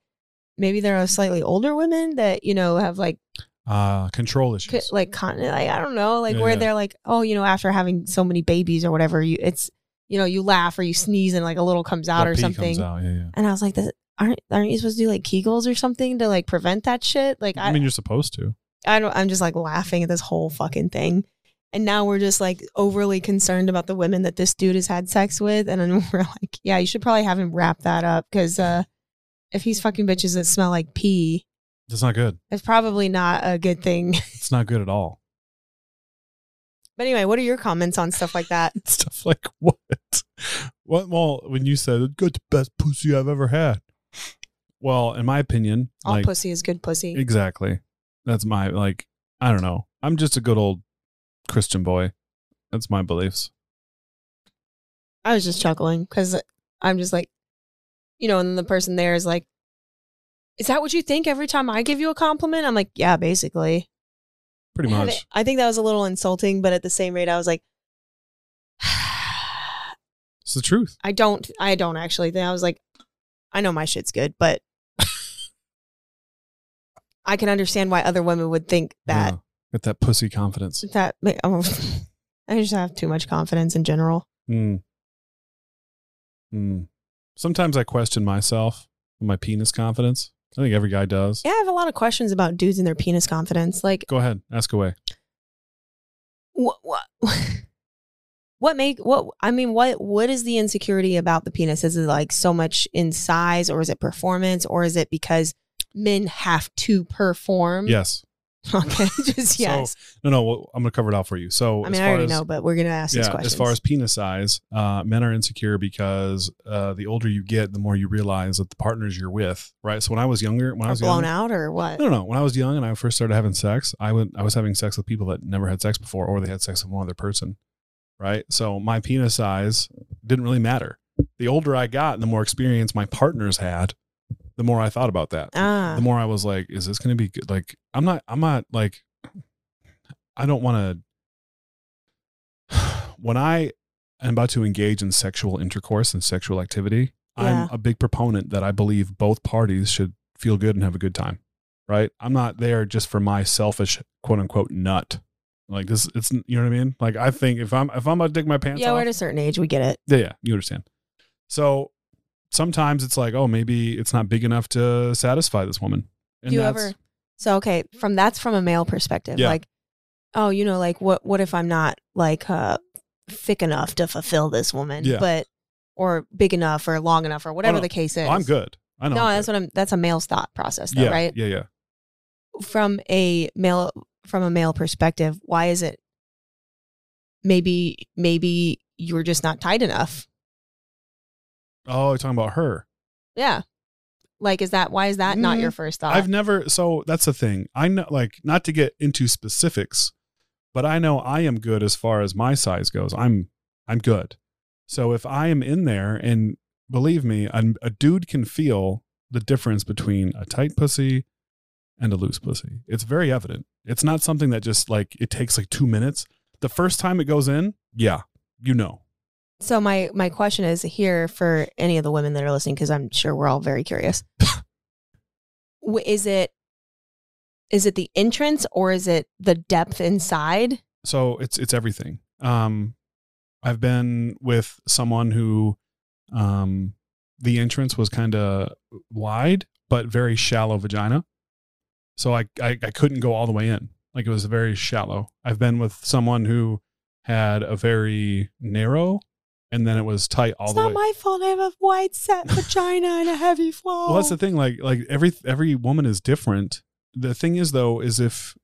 maybe there are slightly older women that, you know, have like,
uh, control
co-
issues.
like con- like I don't know, like
Yeah,
where
yeah.
they're like, oh, you know, after having so many babies or whatever, you it's you know, you laugh or you sneeze and like a little comes out
That
or
pee
something.
Comes out. Yeah, yeah.
And I was like, this, aren't aren't you supposed to do like Kegels or something to like prevent that shit? Like I
I mean, you're supposed to.
I don't I'm just like laughing at this whole fucking thing. And now we're just like overly concerned about the women that this dude has had sex with. And then we're like, yeah, you should probably have him wrap that up because uh, if he's fucking bitches that smell like pee,
That's not good.
it's probably not a good thing.
It's not good at all.
But anyway, what are your comments on stuff like that?
Stuff like what? What? Well, when you said "good best pussy I've ever had," well, in my opinion,
All
like
pussy is good pussy.
exactly, that's my like. I don't know. I'm just a good old Christian boy. That's my beliefs.
I was just chuckling because I'm just like, you know, and then the person there is like, is that what you think every time I give you a compliment? I'm like, yeah, basically.
Pretty
I-
much.
I think that was a little insulting, but at the same rate, I was like,
It's the truth.
I don't, I don't actually. Then I was like, I know my shit's good, but I can understand why other women would think that.
Yeah. Get that pussy confidence.
That oh, I just have too much confidence in general.
Mm. Mm. Sometimes I question myself, my penis confidence. I think every guy does.
Yeah, I have a lot of questions about dudes and their penis confidence. Like,
Go ahead, ask away.
what what what make what I mean what what is the insecurity about the penis? Is it like so much in size, or is it performance, or is it because men have to perform?
Yes.
Okay. Just
So,
yes.
No, no. Well, I'm gonna cover it out for you. So,
I
as
mean, I
far
already
as,
know, but we're gonna ask these
Yeah,
questions.
as far as penis size, uh, men are insecure because uh, the older you get, the more you realize that the partners you're with, right? So when I was younger, when I
Are
was
blown
young,
out or what?
No, no, no. When I was young and I first started having sex, I would I was having sex with people that never had sex before, or they had sex with one other person, right? So my penis size didn't really matter. The older I got, and the more experience my partners had, the more I thought about that.
Ah,
The more I was like, is this going to be good? Like, I'm not, I'm not like, I don't want to. When I am about to engage in sexual intercourse and sexual activity,
Yeah.
I'm a big proponent that I believe both parties should feel good and have a good time, right? I'm not there just for my selfish quote unquote nut. Like this, it's you know what I mean. Like I think if I'm if I'm about to take my pants
yeah,
off,
we're at a certain age, we get it.
yeah, yeah, you understand. So sometimes it's like, oh, maybe it's not big enough to satisfy this woman. And
Do you
that's-
ever? So okay, from that's from a male perspective.
Yeah.
Like, oh, you know, like what what if I'm not like uh thick enough to fulfill this woman,
Yeah.
but or big enough or long enough or whatever
no.
the case is.
Oh, I'm good. I know.
No,
I'm
that's
good.
what I'm. That's a male's thought process, though,
yeah,
right?
Yeah, yeah.
From a male from a male perspective, why is it? Maybe maybe you're just not tight enough.
Oh, you're talking about her.
Yeah. Like, is that why is that not
Mm,
your first thought?
I've never. So that's the thing. I know, like, not to get into specifics, but I know I am good as far as my size goes. I'm, I'm good. So if I am in there, and believe me, an- a dude can feel the difference between a tight pussy and a loose pussy. It's very evident. It's not something that just like it takes like two minutes. The first time it goes in, yeah, you know.
So my my question is here for any of the women that are listening because I'm sure we're all very curious. W- is it is it the entrance or is it the depth inside?
so it's it's everything. Um, I've been with someone who, um, the entrance was kind of wide but very shallow vagina, so I, I I couldn't go all the way in. Like it was very shallow. I've been with someone who had a very narrow, and then it was tight all
it's
the
not
way.
my fault. I have a wide set vagina and a heavy flow.
Well, that's the thing. Like, like every every woman is different. The thing is, though, is if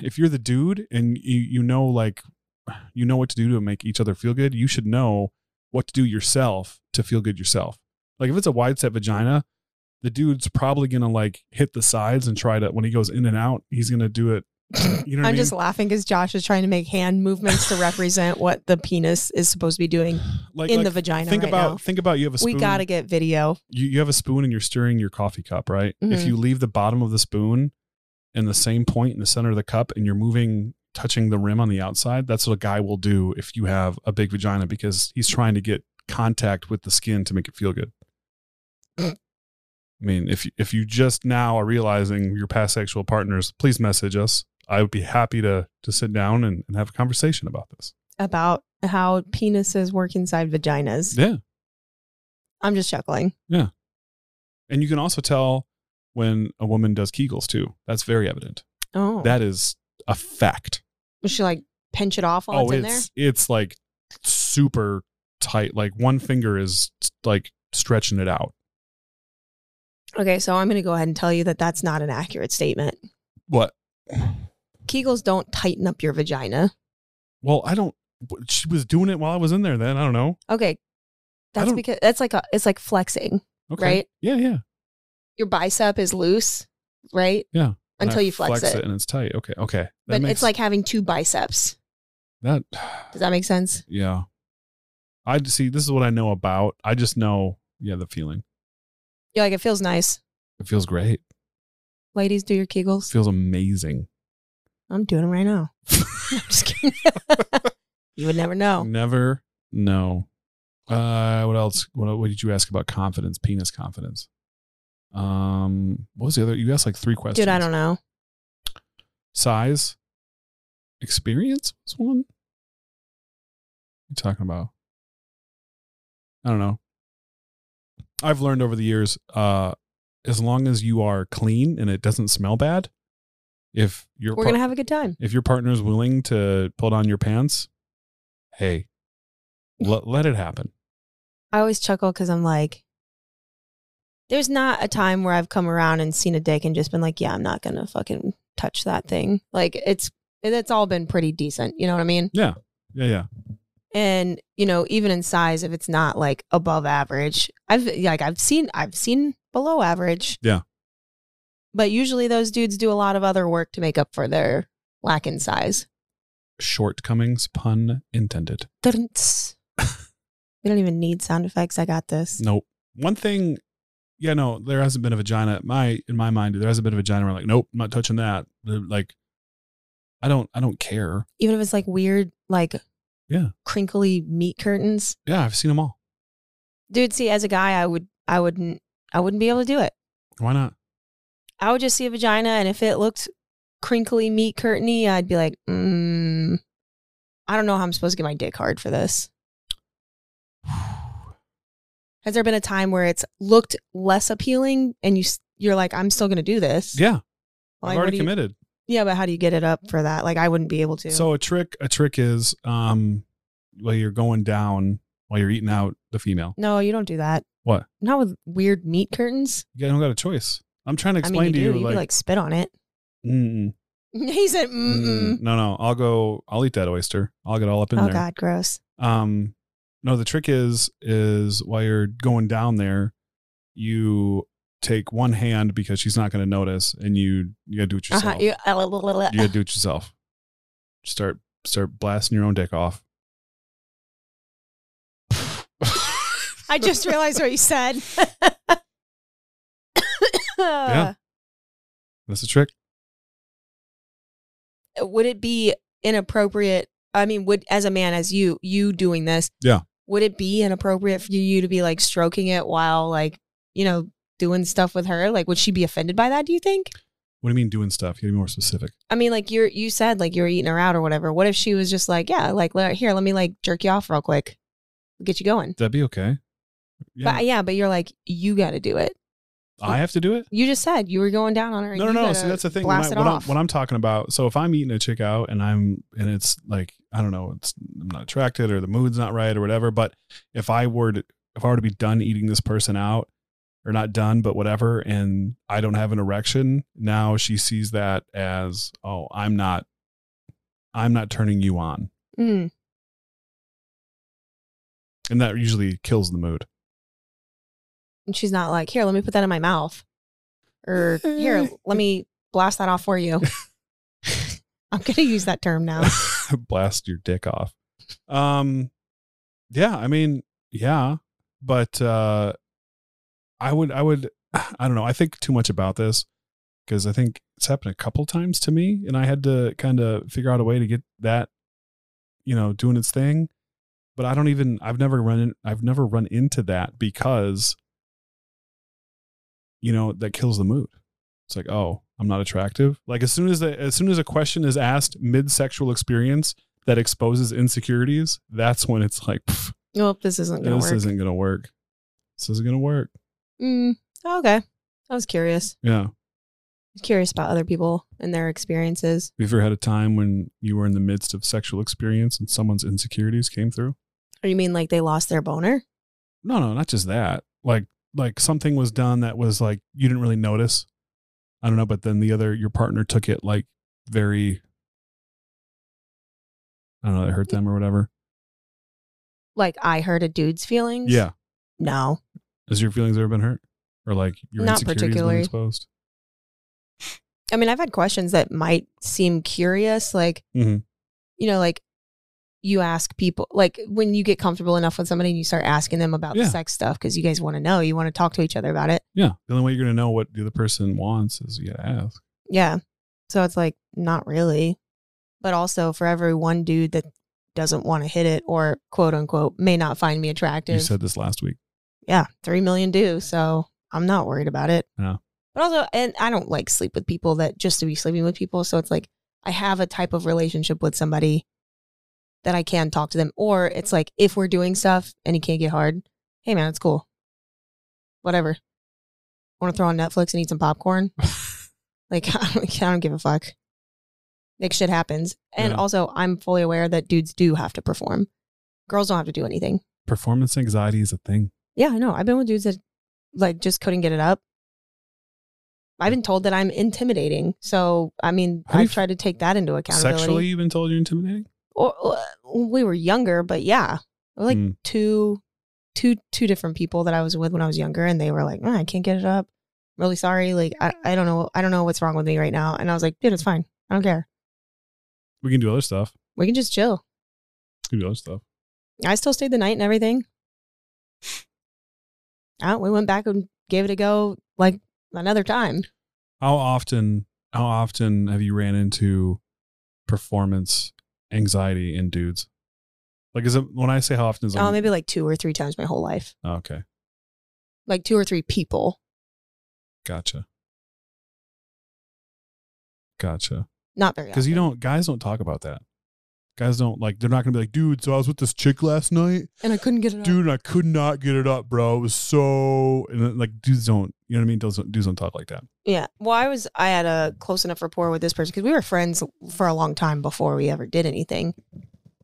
if you're the dude and you you know like you know what to do to make each other feel good, you should know what to do yourself to feel good yourself. Like, if it's a wide set vagina, the dude's probably gonna like hit the sides and try to when he goes in and out, he's gonna do it. You know, what I
I'm
mean?
just laughing because Josh is trying to make hand movements to represent what the penis is supposed to be doing
like
in
like,
the vagina
Think
right
about
now.
think about you have a spoon.
We gotta get video.
you, you have a spoon and you're stirring your coffee cup, right? If
Mhm.
you leave the bottom of the spoon in the same point in the center of the cup and you're moving, touching the rim on the outside, that's what a guy will do if you have a big vagina because he's trying to get contact with the skin to make it feel good. I mean, if you, if you just now are realizing your past sexual partners, please message us. I would be happy to to sit down and, and have a conversation about this.
about how penises work inside vaginas.
Yeah.
I'm just chuckling.
And you can also tell when a woman does Kegels too. That's very evident.
Oh,
That is a fact.
was she like pinch it off while it's in there?
Oh, it's it's like super tight. Like one finger is like stretching it out.
Okay, so I'm going to go ahead and tell you that that's not an accurate statement.
What?
Kegels don't tighten up your vagina.
Well, I don't. but She was doing it while I was in there. Then I don't know.
Okay. That's
don't-
because that's like a, it's like flexing.
Okay.
Right?
Yeah, yeah.
Your bicep is loose, right?
Yeah. And
Until
I
you flex, it.
and it's tight. Okay, okay. That
But
makes-
it's like having two biceps.
that.
Does that make sense?
Yeah. I d- see. This is what I know about. I just know. Yeah, the feeling.
Yeah, like it feels nice.
It feels great.
Ladies, do your
It
kegels.
feels amazing.
I'm doing them right now. I'm just kidding. you would never know.
Never. No. Uh, what else? What, what did you ask about confidence? Penis confidence. Um, what was the other? You asked like three questions.
Dude, I don't know.
size experience was one you talking about i don't know i've learned over the years uh as long as you are clean and it doesn't smell bad if your
We're
par-
going to have a good time.
if your partner is willing to pull down your pants hey let, let it happen
I always chuckle because I'm like, there's not a time where I've come around and seen a dick and just been like, yeah, I'm not going to fucking touch that thing. Like it's, it's all been pretty decent. You know what I mean?
yeah yeah
and you know even in size if it's not like above average i've like i've seen i've seen below average
Yeah.
but usually those dudes do a lot of other work to make up for their lack in size
shortcomings pun intended
Dun-ts. we don't even need sound effects i got this
Nope. One thing, yeah, no, there hasn't been a vagina. My in my mind, there hasn't been a vagina. Where I'm like, nope, I'm not touching that. They're Like, I don't, I don't care.
even if it's like weird like
Yeah.
crinkly meat curtains
Yeah, I've seen them all.
dude see as a guy i would i wouldn't i wouldn't be able to do it
Why not?
i would just see a vagina and if it looked crinkly meat curtainy i'd be like mm, i don't know how i'm supposed to get my dick hard for this Has there been a time where it's looked less appealing and you s- you're like, I'm still going to do this?
Yeah,
Like,
I've
what
already
do you-
committed.
Yeah, but how do you get it up for that? Like, I wouldn't be able to.
So a trick, a trick is, um, while you're going down, while you're eating out the female,
no, you don't do that.
What?
Not with weird meat curtains.
you don't got a choice. I'm trying to explain
I mean, you
to you,
do. You
like,
could, like spit on it.
mm,
he said,
mm,
Mm-mm.
no, no, I'll go, I'll eat that oyster. I'll get all up in
"Oh
there.
God, gross."
Um, no, the trick is is while you're going down there, you take one hand because she's not going to notice, and you you gotta do it yourself.
Uh-huh.
You,
You- uh, la- la- la-
gotta do it yourself. Start start blasting your own dick off.
I just realized what you said.
That's the trick.
would it be inappropriate? I mean, would as a man, as you, you doing this,
Yeah.
would it be inappropriate for you to be like stroking it while like you know doing stuff with her? Like, would she be offended by that? Do you think?
What do you mean doing stuff? You gotta be more specific.
I mean, like you're you said like you were eating her out or whatever. What if she was just like, yeah, like let- here, let me like jerk you off real quick, get you going.
That'd be okay. Yeah,
But yeah, but you're like you got to do it.
I have to do it.
You just said you were going down on her. and
No, no,
you
no.
gotta
See, that's the thing. When, I,
Blast
when,
it
I'm,
off.
when I'm talking about, so if I'm eating a chick out and I'm, and it's like, I don't know, it's, I'm not attracted or the mood's not right or whatever. But if I were to, if I were to be done eating this person out or not done, but whatever, and I don't have an erection, now she sees that as, oh, I'm not, I'm not turning you on.
Mm.
And that usually kills the mood.
And she's not like, here, let me put that in my mouth. Or here, let me blast that off for you. I'm going to use that term now.
blast your dick off. Um yeah, I mean, yeah, but uh I would I would I don't know. I think too much about this because I think it's happened a couple times to me and I had to kind of figure out a way to get that you know, doing its thing. But I don't even I've never run in, I've never run into that because you know, that kills the mood. It's like, oh, I'm not attractive. Like as soon as the, as soon as a question is asked mid sexual experience that exposes insecurities, that's when it's like, pff,
Nope, this isn't going to
this
work.
isn't gonna work. This isn't gonna work.
Mm, okay. I was curious.
Yeah.
Curious about other people and their experiences.
Have you ever had a time when you were in the midst of sexual experience and someone's insecurities came through?
Or you mean like they lost their boner?
No, no, not just that. Like like something was done that was like you didn't really notice. I don't know, but then the other your partner took it like very I don't know, it hurt them or whatever.
Like I hurt a dude's feelings.
Yeah.
No.
Has your feelings ever been hurt? Or like your
Not
insecurities been
particularly.
exposed?
I mean, I've had questions that might seem curious, like,
Mhm.
you know, like you ask people, like when you get comfortable enough with somebody and you start asking them about
Yeah.
the sex stuff because you guys want to know, you want to talk to each other about it.
Yeah. The only way you're gonna know what the other person wants is you gotta ask.
Yeah. So it's like, not really. But also for every one dude that doesn't want to hit it or quote unquote may not find me attractive.
You said this last week.
yeah, three million do. So I'm not worried about it.
No.
But also, and I don't like sleep with people that just to be sleeping with people. So it's like I have a type of relationship with somebody that I can talk to them. Or it's like if we're doing stuff and it can't get hard, hey man, it's cool. Whatever. Want to throw on Netflix and eat some popcorn? like I don't, I don't give a fuck. Like shit happens. And
Yeah.
also, I'm fully aware that dudes do have to perform. Girls don't have to do anything.
Performance anxiety is a thing.
Yeah, I know. I've been with dudes that like just couldn't get it up. I've been told that I'm intimidating. So, I mean,
Have you
I've tried to take that into accountability.
Sexually you've been told you're intimidating?
Or, or- we were younger, but yeah. There were, Like
Hmm.
two two two different people that I was with when I was younger and they were like, "Ah, "I can't get it up. I'm really sorry. Like I, I don't know. I don't know what's wrong with me right now." And I was like, "Dude, it's fine. I don't care.
We can do other stuff.
We can just chill."
We can do other stuff.
I still stayed the night and everything. Uh, we went back and gave it a go like another time.
How often how often have you ran into performance anxiety in dudes? Like is it when I say how often is it
Oh, maybe like two or three times my whole life.
Oh, okay.
Like two or three people,
Gotcha. Gotcha.
not very.
Because you
often.
don't guys don't talk about that. Guys don't like they're not gonna be like, dude, so I was with this chick last night.
and I couldn't get it.
Dude, and I could not get it up, bro. It was so and then, like dudes don't you know what I mean? Dudes don't dudes don't talk like that.
Yeah. Well, I was. I had a close enough rapport with this person because we were friends for a long time before we ever did anything.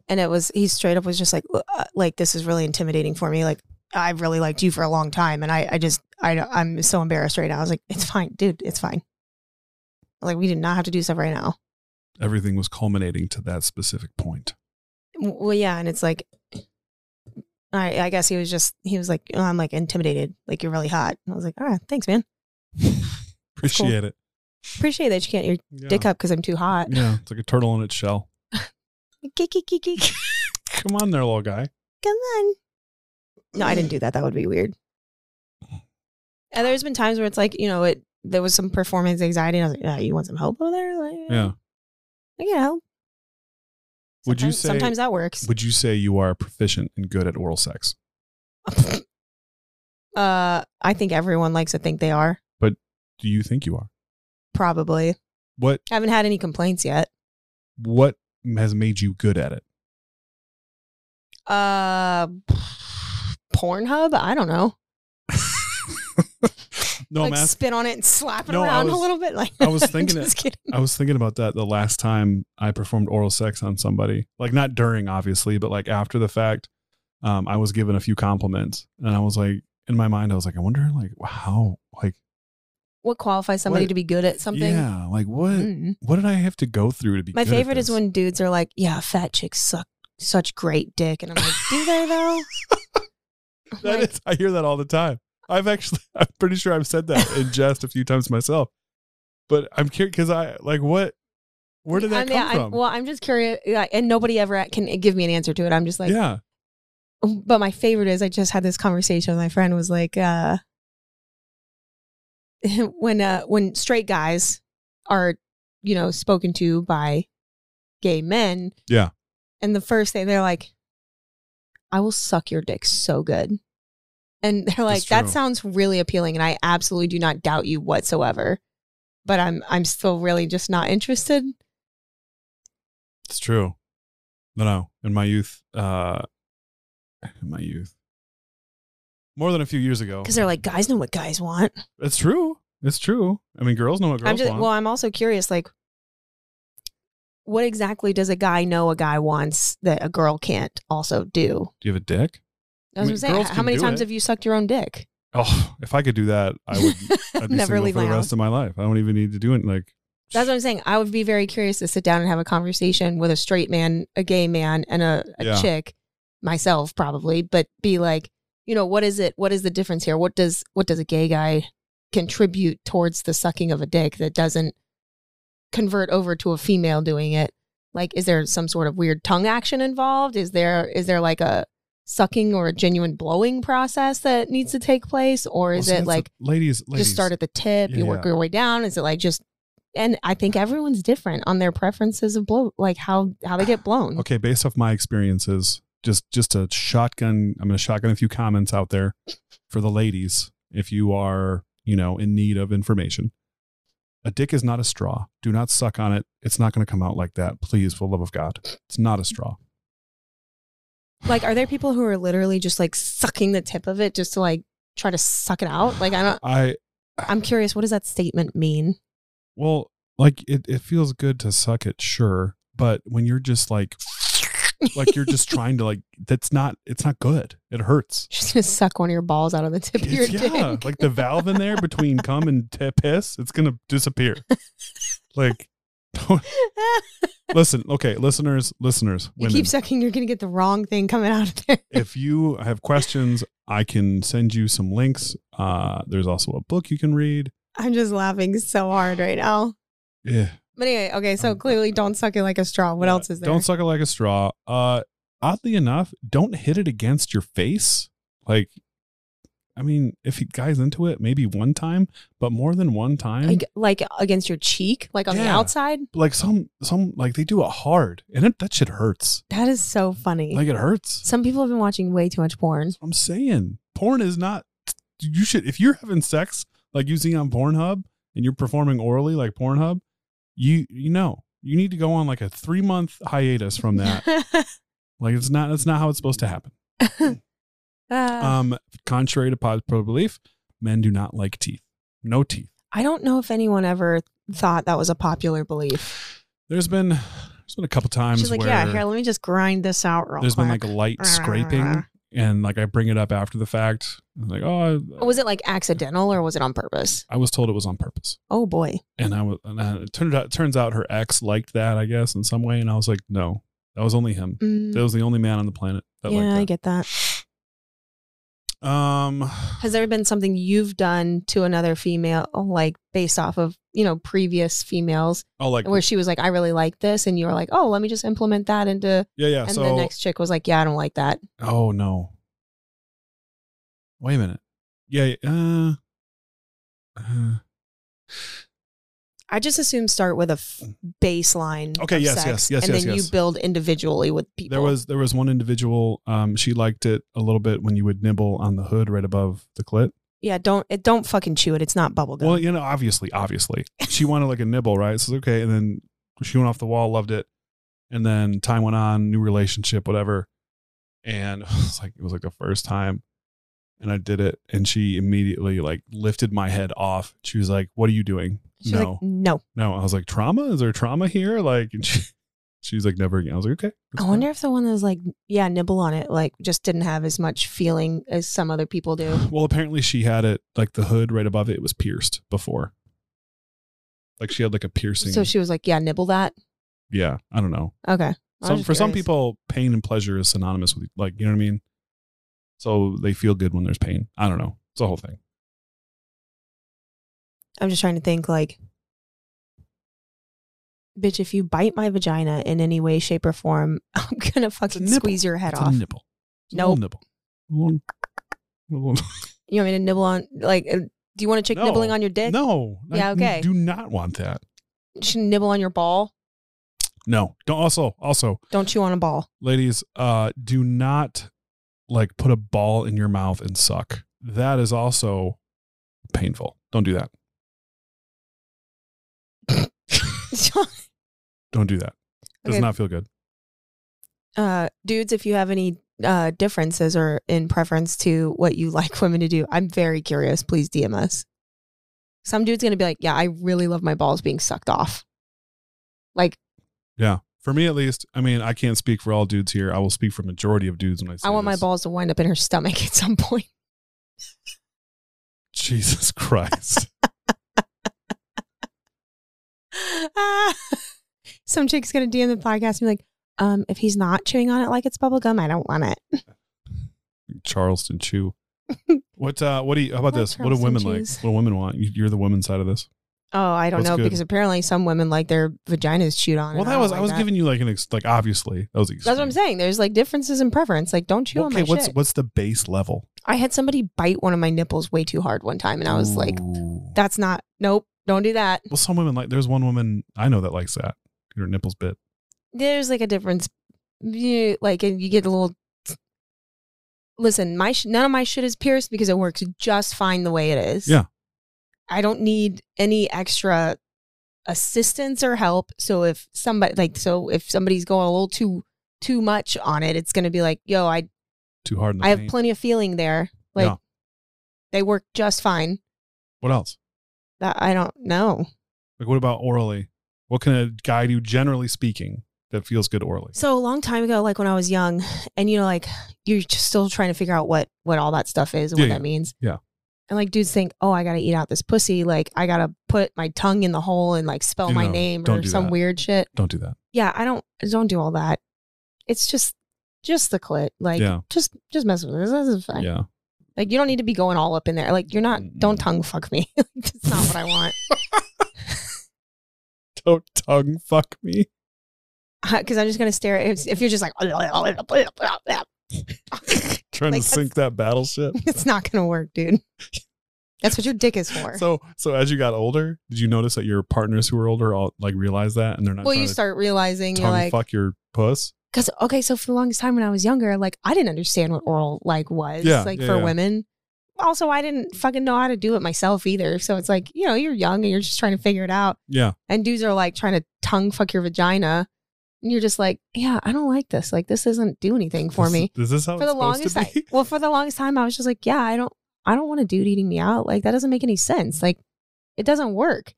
And it was he straight up was just like, uh, like this is really intimidating for me. Like I've really liked you for a long time, and I, I just, I, I'm so embarrassed right now. I was like, it's fine, dude. It's fine. Like we did not have to do stuff right now.
Everything was culminating to that specific point.
W- Well, yeah, and it's like, I, I guess he was just he was like, oh, I'm like intimidated, like you're really hot. And I was like, ah, thanks, man. cool.
Appreciate it.
Appreciate that you can't your
Yeah.
dick up because I'm too hot.
Yeah, it's like a turtle in its shell.
Geek, geek, geek, geek.
Come on there, little guy.
Come on. No, I didn't do that. That would be weird. And there's been times where it's like, you know, it there was some performance anxiety, and I was like, oh, you want some help over there? Like,
Yeah.
I can help.
Would you
Sometimes-
say-
sometimes that works?
Would you say you are proficient and good at oral sex?
uh, I think everyone likes to think they are.
Do you think you are?
Probably.
What
I haven't had any complaints yet.
what has made you good at it?
Uh, Pornhub. I don't know.
no, I'm
like
ask-
spit on it and slap it
No, I
around a
was-
little bit. Like
I was thinking it-
just kidding.
I was thinking about that the last time I performed oral sex on somebody. Like not during, obviously, but like after the fact, um, I was given a few compliments, and I was like, in my mind, I was like, I wonder, like, how, like,
What qualifies somebody
What-
to be good at something?
yeah, like what,
Mm.
what did I have to go through to be?
My
good at
favorite is
this?
when dudes are like, "Yeah, fat chicks suck such great dick," and I'm like, "Do they though?" I'm
That
like,
is- I hear that all the time. I've actually, I'm pretty sure I've said that in jest a few times myself. But I'm curious because I like what, where did that
I'm-
come
yeah, I'm-
from?
well, I'm just curious, yeah, and nobody ever can give me an answer to it. I'm just like,
yeah,
but my favorite is I just had this conversation with my friend was like uh when uh when straight guys are you know spoken to by gay men
Yeah.
and the first thing they're like I will suck your dick so good and they're like
That's
that
true.
sounds really appealing and I absolutely do not doubt you whatsoever but I'm I'm still really just not interested
it's true. No, no. In my youth, uh, in my youth, more than a few years ago.
because they're like guys know what guys want
It's true. It's true. I mean, girls know what girls
I'm just
want.
well, I'm also curious, like, what exactly does a guy know a guy wants that a girl can't also do?
do you have a dick?
I was
I mean,
gonna
girls
say, how
can
many
do
times
it.
have you sucked your own dick?
Oh, if I could do that, I would. I'd be
never
single
leave
for
my
the
house.
rest of my life. I don't even need to do it. Like
That's what I'm saying. I would be very curious to sit down and have a conversation with a straight man, a gay man, and a, a
Yeah.
chick, myself probably, but be like, you know, what is it? What is the difference here? What does what does a gay guy contribute towards the sucking of a dick that doesn't convert over to a female doing it? Like, is there some sort of weird tongue action involved? Is there is there like a sucking or a genuine blowing process that needs to take place, or is
Well, see,
it
that's the-
like
ladies, ladies?
just start at the tip, you work
Yeah.
your way down? Is it like just and I think everyone's different on their preferences of blow like how how they get blown.
Okay, based off my experiences, just just a shotgun. I'm going to shotgun a few comments out there for the ladies. If you are, you know, in need of information, a dick is not a straw. Do not suck on it. It's not going to come out like that. Please, for the love of God, it's not a straw.
Like are there people who are literally just like sucking the tip of it just to like try to suck it out? Like I don't
I
I'm curious what does that statement mean?
well, like it. It feels good to suck it, sure, but when you're just like, like you're just trying to like, that's not. It's not good. It hurts.
Just gonna suck one of your balls out of the tip of your
It's- yeah,
dick.
like the valve in there between cum and t- piss, it's gonna disappear. like, don't- listen, okay, listeners, listeners,
you
women,
keep sucking, you're gonna get the wrong thing coming out of there.
if you have questions, I can send you some links. Uh, there's also a book you can read. Eh,
I'm just laughing so hard right now.
Yeah,
But anyway, okay, so
Um,
clearly don't suck it like a straw. What else is there?
Don't suck it like a straw. Uh, oddly enough, don't hit it against your face. Like, I mean, if he guys into it, maybe one time, but more than one time,
like, like against your cheek, like on the
Yeah.
outside.
like some some like they do it hard, and it, that shit hurts.
That is so funny.
Like it hurts.
Some people have been watching way too much porn.
I'm saying porn is not. You should if you're having sex like you see on Pornhub and you're performing orally like Pornhub, you you know you need to go on like a three month hiatus from that. like it's not that's not how it's supposed to happen.
Uh,
Um, contrary to popular belief, men do not like teeth. No teeth.
I don't know if anyone ever thought that was a popular belief.
There's been there's been a couple times
She's like,
where
yeah, here, let me just grind this out real
there's
quick.
been like a light scraping and like I bring it up after the fact. I'm like oh, I,
was it like accidental or was it on purpose?
I was told it was on purpose.
Oh boy.
and I was, and I, it turned out, it turns out her ex liked that, I guess, in some way. And I was like, no, that was only him.
Mm,
That was the only man on the planet that
yeah, I
liked
get that.
that. Um,
Has there been something you've done to another female, like based off of, you know, previous females
oh, like,
where she was like, I really like this. And you were like, oh, let me just implement that into.
yeah, yeah.
And
So,
the next chick was like, yeah, I don't like that.
oh no, wait a minute. Yeah, yeah, uh, uh,
I just assume start with a f- baseline.
Okay,
of
yes,
sex,
yes, yes,
and
yes,
then
yes.
you build individually with people.
there was there was one individual. Um, she liked it a little bit when you would nibble on the hood right above the clit.
yeah. Don't it, don't fucking chew it. It's not bubble gum.
Well, you know, obviously, obviously, she wanted like a nibble, right? So it's okay, and then she went off the wall, loved it, and then time went on, new relationship, whatever, and it was like it was like the first time, and I did it, and she immediately like lifted my head off. She was like, "What are you doing?"
She's
no,
like, no.
no. I was like, "Trauma? Is there trauma here?" Like, and she, she's like, "Never again." I was like, "Okay." that's
I
fine."
wonder if the one that was like, yeah, nibble on it, like just didn't have as much feeling as some other people do.
Well, apparently she had it like the hood right above it was pierced before. Like she had like a piercing.
So she was like, yeah, nibble that.
yeah, I don't know.
Okay. I was
Some, for
just
some
curious.
people, pain and pleasure is synonymous with like you know what I mean. So they feel good when there's pain. I don't know. It's a whole thing.
I'm just trying to think like bitch if you bite my vagina in any way shape or form i'm gonna fucking
nipple.
squeeze your head
it's
off
a mm. nipple. It's a
Nope.
little nipple. A little- a little-
you want me to nibble on like uh, do you want a chick
No.
nibbling on your dick
no.
Yeah,
I
okay.
Do not want that.
She nibble on your ball.
No. Don't also also
Don't chew on a ball.
ladies, uh, do not like put a ball in your mouth and suck. That is also painful. Don't do that. Don't do that. Does
Okay.
not feel good.
uh, dudes, if you have any uh, differences or in preference to what you like women to do, I'm very curious. Please DM us. Some dude's gonna be like, "Yeah, I really love my balls being sucked off." Like,
For me, at least, I mean, I can't speak for all dudes here. I will speak for majority of dudes when I say
I want my
this.
balls to wind up in her stomach at some point.
Jesus Christ.
Ah. Some chick's gonna DM the podcast and be like, um, if he's not chewing on it like it's bubble gum, I don't want it.
Charleston Chew. what uh what do you how about
Like
this? What do
Charleston
women
chews.
like? What do women want? You- You're the women's side of this.
Oh, I don't
What's
know
good?
because apparently some women like their vaginas chewed on.
Well,
and
that
don't
was
like
I was
that.
giving you like an ex, like obviously that was
That's what I'm saying. There's like differences in preference. Like, don't chew on
Okay,
my
what's
shit.
what's the base level?
I had somebody bite one of my nipples way too hard one time, and I was like,
Ooh.
"That's not. Nope, don't do that."
well, some women like. There's one woman I know that likes that. Her nipples bit.
There's like a difference. You- Like, and you get a little. Listen, my sh- none of my shit is pierced because it works just fine the way it is.
Yeah.
I don't need any extra assistance or help. So if somebody like, so if somebody's going a little too too much on it, it's gonna be like, "Yo, I
Too hard. In the
I have
paint.
plenty of feeling there. Like
Yeah.
they work just fine.
What else?
That I don't know.
Like, what about orally? What can a guy do, generally speaking, that feels good orally?
So a long time ago, like when I was young, and you know, like you're just still trying to figure out what what all that stuff is and
Yeah,
what
yeah.
that means.
Yeah.
And like dudes think, oh, I gotta eat out this pussy. Like I gotta put my tongue in the hole and like spell
You
my
know,
name
don't
or
do
some
that.
weird shit.
Don't do that.
Yeah, I don't don't do all that. It's just just the clit. Like
Yeah.
just just mess with it. This is fine.
Yeah.
Like you don't need to be going all up in there. Like you're not. Don't tongue fuck me. That's not what I want.
Don't tongue fuck me.
because I'm just gonna stare. At, if- if you're just like,
Trying
Like,
to
that's-
sink that battleship.
it's not gonna work, dude. That's what your dick is for.
So, so as you got older, did you notice that your partners who were older all like realized that and they're not
well,
trying
you
to
start realizing you're
tongue
like,
fuck your puss?
because okay, so for the longest time when I was younger, like I didn't understand what oral like was
Yeah,
like
yeah,
for
yeah.
women. Also, I didn't fucking know how to do it myself either. So it's like, you know, you're young and you're just trying to figure it out.
Yeah.
And dudes are like trying to tongue fuck your vagina. And you're just like, yeah, I don't like this. Like, this doesn't do anything for
This-
me.
Is this how
for
it's
the
supposed
longest
to
time.
be?
Well, for the longest time, I was just like, yeah, I don't, I don't want a dude eating me out. Like that doesn't make any sense. Like it doesn't work.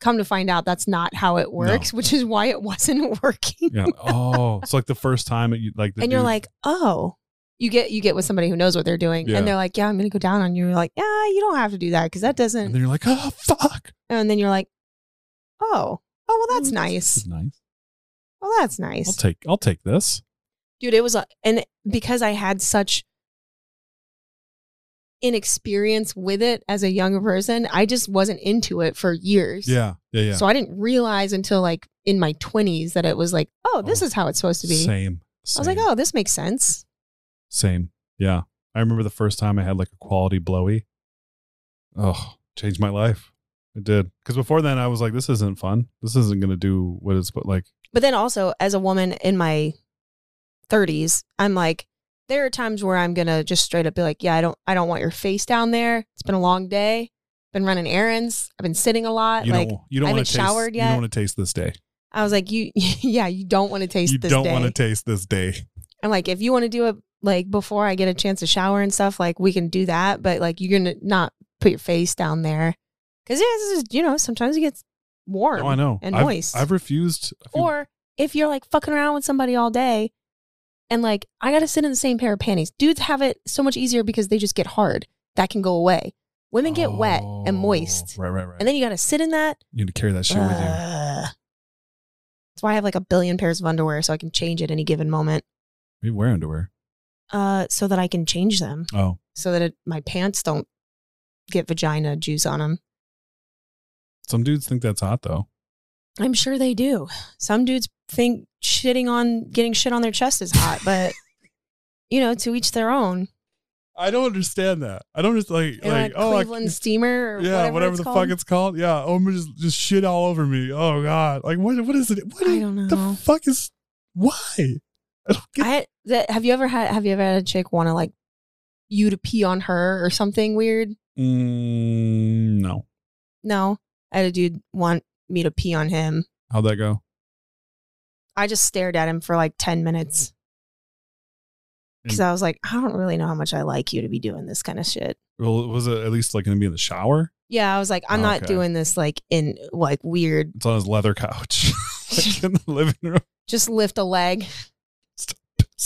Come to find out, that's not how it works, which is why it wasn't working.
Yeah. Oh, it's like the first time that you like. The
and you're
dude-
like, oh, you get you get with somebody who knows what they're doing,
Yeah.
and they're like, yeah, I'm gonna go down on you. You're like, yeah, you don't have to do that because that
and
doesn't.
then you're like, oh fuck.
And then you're like, oh, oh well, that's
Mm, This
nice.
is nice.
Well, that's nice.
I'll take. I'll take this.
dude it was a, and because i had such inexperience with it as a younger person i just wasn't into it for years
Yeah. Yeah. Yeah.
so i didn't realize until like in my 20s that it was like oh this
Oh,
is how it's supposed to be
Same.
i was like
same.
oh this makes sense
Same. Yeah. I remember the first time I had like a quality blowy. Oh, changed my life. It did. Because before then I was like, this isn't fun. This isn't gonna do what it's but like
but then also as a woman in my 30s i'm like there are times where i'm gonna just straight up be like yeah i don't i don't want your face down there it's been a long day been running errands i've been sitting a lot
you
like
don't you don't
I
want
haven't
to taste
showered
you don't
yet.
want to taste this day.
i was like you yeah you don't want to taste
you
this
don't
day.
want to taste this day.
I'm like, if you want to do it like before I get a chance to shower and stuff, like we can do that. But like you're gonna not put your face down there. Cause yeah, this is, you know, sometimes it gets warm.
Oh, I know.
And
I've,
moist.
I've refused a few-
Or if you're like fucking around with somebody all day and like I gotta sit in the same pair of panties. Dudes have it so much easier because they just get hard. That can go away. Women get wet and
Oh,
moist.
Right, right, right.
And then you gotta sit in that.
you need to carry that shit with you.
Ugh. That's why I have like a billion pairs of underwear so I can change at any given moment.
We wear underwear.
Uh so that I can change them.
Oh.
so that it, my pants don't get vagina juice on them.
Some dudes think that's hot though.
I'm sure they do. Some dudes think shitting on getting shit on their chest is hot, but you know, to each their own.
I don't understand that. I don't just like oh,
They're like, Cleveland steamer, or
yeah, whatever,
it's
the
called.
fuck it's called. Yeah, oh, I'm just just shit all over me. Oh god, like what? What is it? What
I
is-
don't
the
know.
fuck is why? I don't get.
I had, that, have you ever had have you ever had a chick want to like you to pee on her or something weird?
Mm, no,
No, I had a dude want me to pee on him.
how'd that go?
I just stared at him for like ten minutes
Mm.
because I was like, I don't really know how much I like you to be doing this kind of shit.
Well, was it at least like going to be in the shower?
Yeah, I was like, I'm not
Okay.
doing this like in like weird.
It's on his leather couch, like in the living room.
Just lift a leg.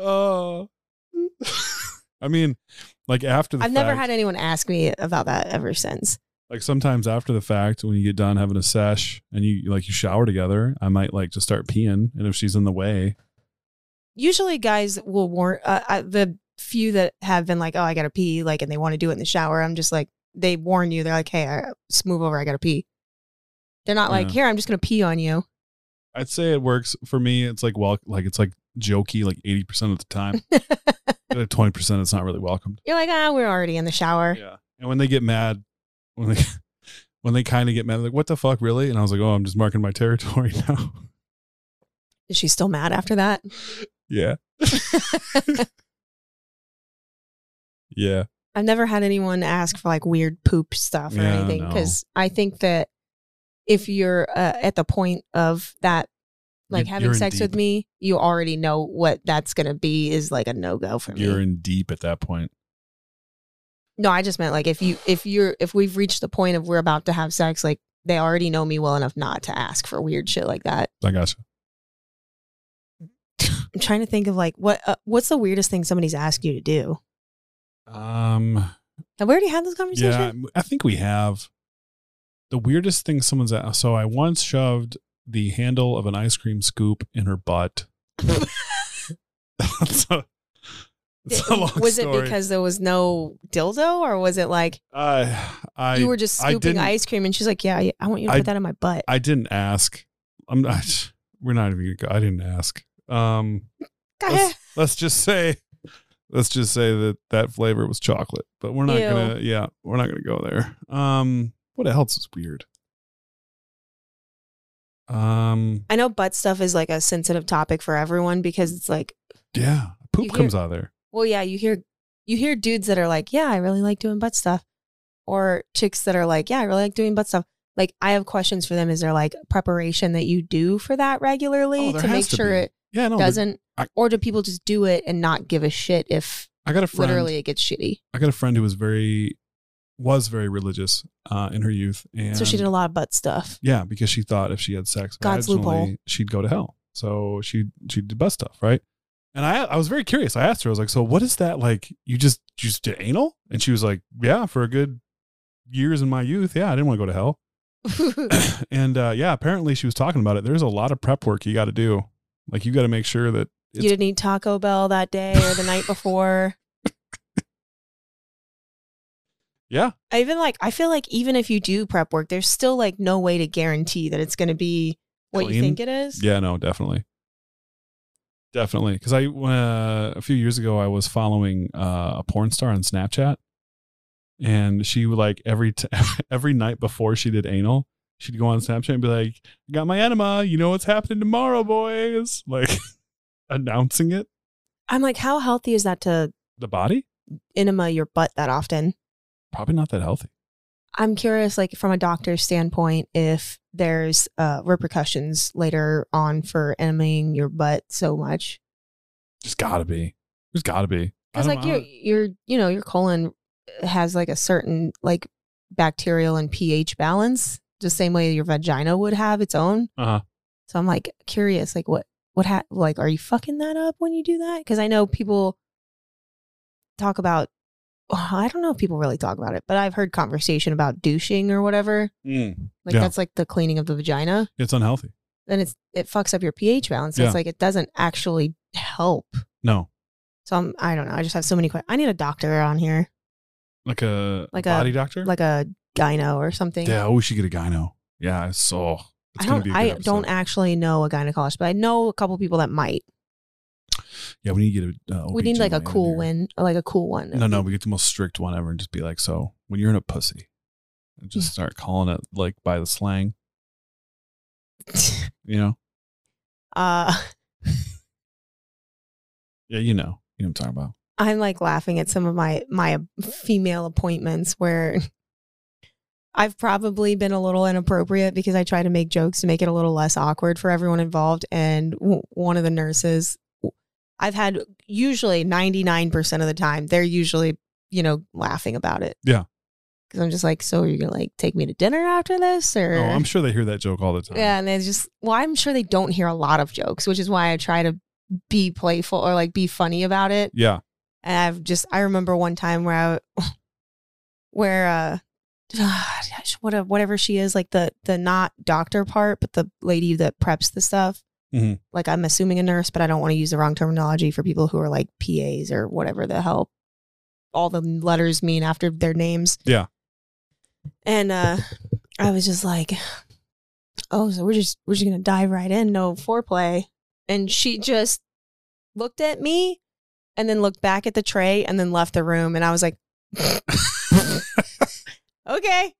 Oh, I mean, like after the
I've never
fact-
had anyone ask me about that ever since.
Like sometimes after the fact, when you get done having a sesh and you like you shower together, I might like just start peeing, and if she's in the way,
Usually, guys will warn uh, I, the few that have been like, "Oh, I gotta pee," like, and they want to do it in the shower. I'm just like, they warn you. They're like, "Hey, I, just move over. I gotta pee." They're not like,
Yeah.
"Here, I'm just gonna pee on you."
I'd say it works for me. It's like well, like it's like jokey, like eighty percent of the time. Twenty percent, it's not really welcomed.
You're like, "Ah, we're already in the shower."
Yeah, and when they get mad, when they when they kind of get mad, like what the fuck, really? And I was like, oh, I'm just marking my territory now.
Is she still mad after that?
yeah, yeah.
I've never had anyone ask for like weird poop stuff or
Yeah,
anything
no.
because I think that if you're uh, at the point of that, like
You're-
having
you're in
sex with
deep.
me, you already know what that's gonna be is like a no go for me.
You're in deep at that point.
no, I just meant like if you if you're if we've reached the point of we're about to have sex, like they already know me well enough not to ask for weird shit like that.
I gotcha.
I'm trying to think of like what uh, what's the weirdest thing somebody's asked you to do.
Um,
Have we already had this conversation?
yeah, I think we have. The weirdest thing someone's asked. So I once shoved the handle of an ice cream scoop in her butt. That's a, that's a long
was
story.
it because there was no dildo, or was it like
I, I,
you were just
I
scooping
didn't-
ice cream and she's like, "Yeah, yeah, I want you to
I-
put that in my butt."
I didn't ask. I'm not. We're not even. gonna go- I didn't ask. Um, let's, let's just say, let's just say that that flavor was chocolate. But we're not
Ew.
gonna. Yeah, we're not gonna go there. Um, what else is weird? Um,
I know butt stuff is like a sensitive topic for everyone because it's like,
yeah, poop
You hear-
comes out of there.
well, yeah, you hear you hear dudes that are like, "Yeah, I really like doing butt stuff," or chicks that are like, "Yeah, I really like doing butt stuff." Like, I have questions for them. Is there like preparation that you do for that regularly
Oh, there
to
has
make
to
sure
be.
it
Yeah, no, but
doesn't,
I-
or do people just do it and not give a shit if
I got a friend.
literally it gets shitty?
I got a friend who was very, was very religious uh, in her youth, and
so she did a lot of butt stuff.
Yeah, because she thought if she had sex
God's
vaginally,
loophole.
she'd go to hell. So she she did best stuff, right? And I I was very curious. I asked her, I was like, so what is that like? You just you just did anal? And she was like, yeah, for a good years in my youth, yeah, I didn't want to go to hell. and uh, yeah, apparently she was talking about it. There's a lot of prep work you got to do. Like you got to make sure that it's,
you didn't eat Taco Bell that day or the night before.
yeah,
I even like I feel like even if you do prep work, there's still like no way to guarantee that it's going to be what you
Clean?
think it is.
Yeah, no, definitely. Definitely. Because I, uh, a few years ago, I was following uh, a porn star on Snapchat. And she would like every, t- every night before she did anal, she'd go on Snapchat and be like, I got my enema. You know what's happening tomorrow, boys. Like announcing it.
I'm like, how healthy is that to
The body?
enema your butt that often?
Probably not that healthy.
I'm curious, like from a doctor's standpoint, if there's uh, repercussions later on for enemaing your butt so much
Just gotta be. There's gotta be. I
because
don't-
like
I
your
don't-
your you know your colon has like a certain like bacterial and pH balance, the same way your vagina would have its own.
Uh-huh.
So I'm like curious, like what what ha- like are you fucking that up when you do that? Because I know people talk about. oh, I don't know if people really talk about it, but I've heard conversation about douching or whatever. Like
Yeah.
that's like the cleaning of the vagina.
It's unhealthy.
Then it's it fucks up your pH balance. So
Yeah.
It's like it doesn't actually help.
No.
So I'm I don't know. I just have so many questions. I need a doctor on here,
Like a
Like a-
body doctor?
like a gyno or something.
Yeah, oh, we should get a gyno. Yeah, I saw.
I don't. I don't actually know a gynecologist, but I know a couple people that might.
Yeah, we need to get a. Uh,
we need like a
OBGYN
cool
here.
win, like a cool one.
No, no, we get the most strict one ever, and just be like, so when you're in a pussy, and
Hmm.
just start calling it like by the slang, you know?
Uh,
Yeah, you know, you know what I'm talking about.
I'm like laughing at some of my my female appointments where I've probably been a little inappropriate because I try to make jokes to make it a little less awkward for everyone involved. And w- one of the nurses, I've had usually 99% of the time, they're usually, you know, laughing about it.
Yeah.
Cause I'm just like, so are you gonna like take me to dinner after this? Or
Oh, I'm sure they hear that joke all the time.
Yeah, and they just well, I'm sure they don't hear a lot of jokes, which is why I try to be playful or like be funny about it.
yeah.
And I've just I remember one time where I where uh what whatever she is, like the the not doctor part, but the lady that preps the stuff.
Mhm.
Like I'm assuming a nurse, but I don't want to use the wrong terminology for people who are like PAs or whatever the hell all the letters mean after their names.
Yeah.
And uh I was just like, Oh, so we're just we're just gonna dive right in, no foreplay. And she just looked at me and then looked back at the tray and then left the room and I was like Okay.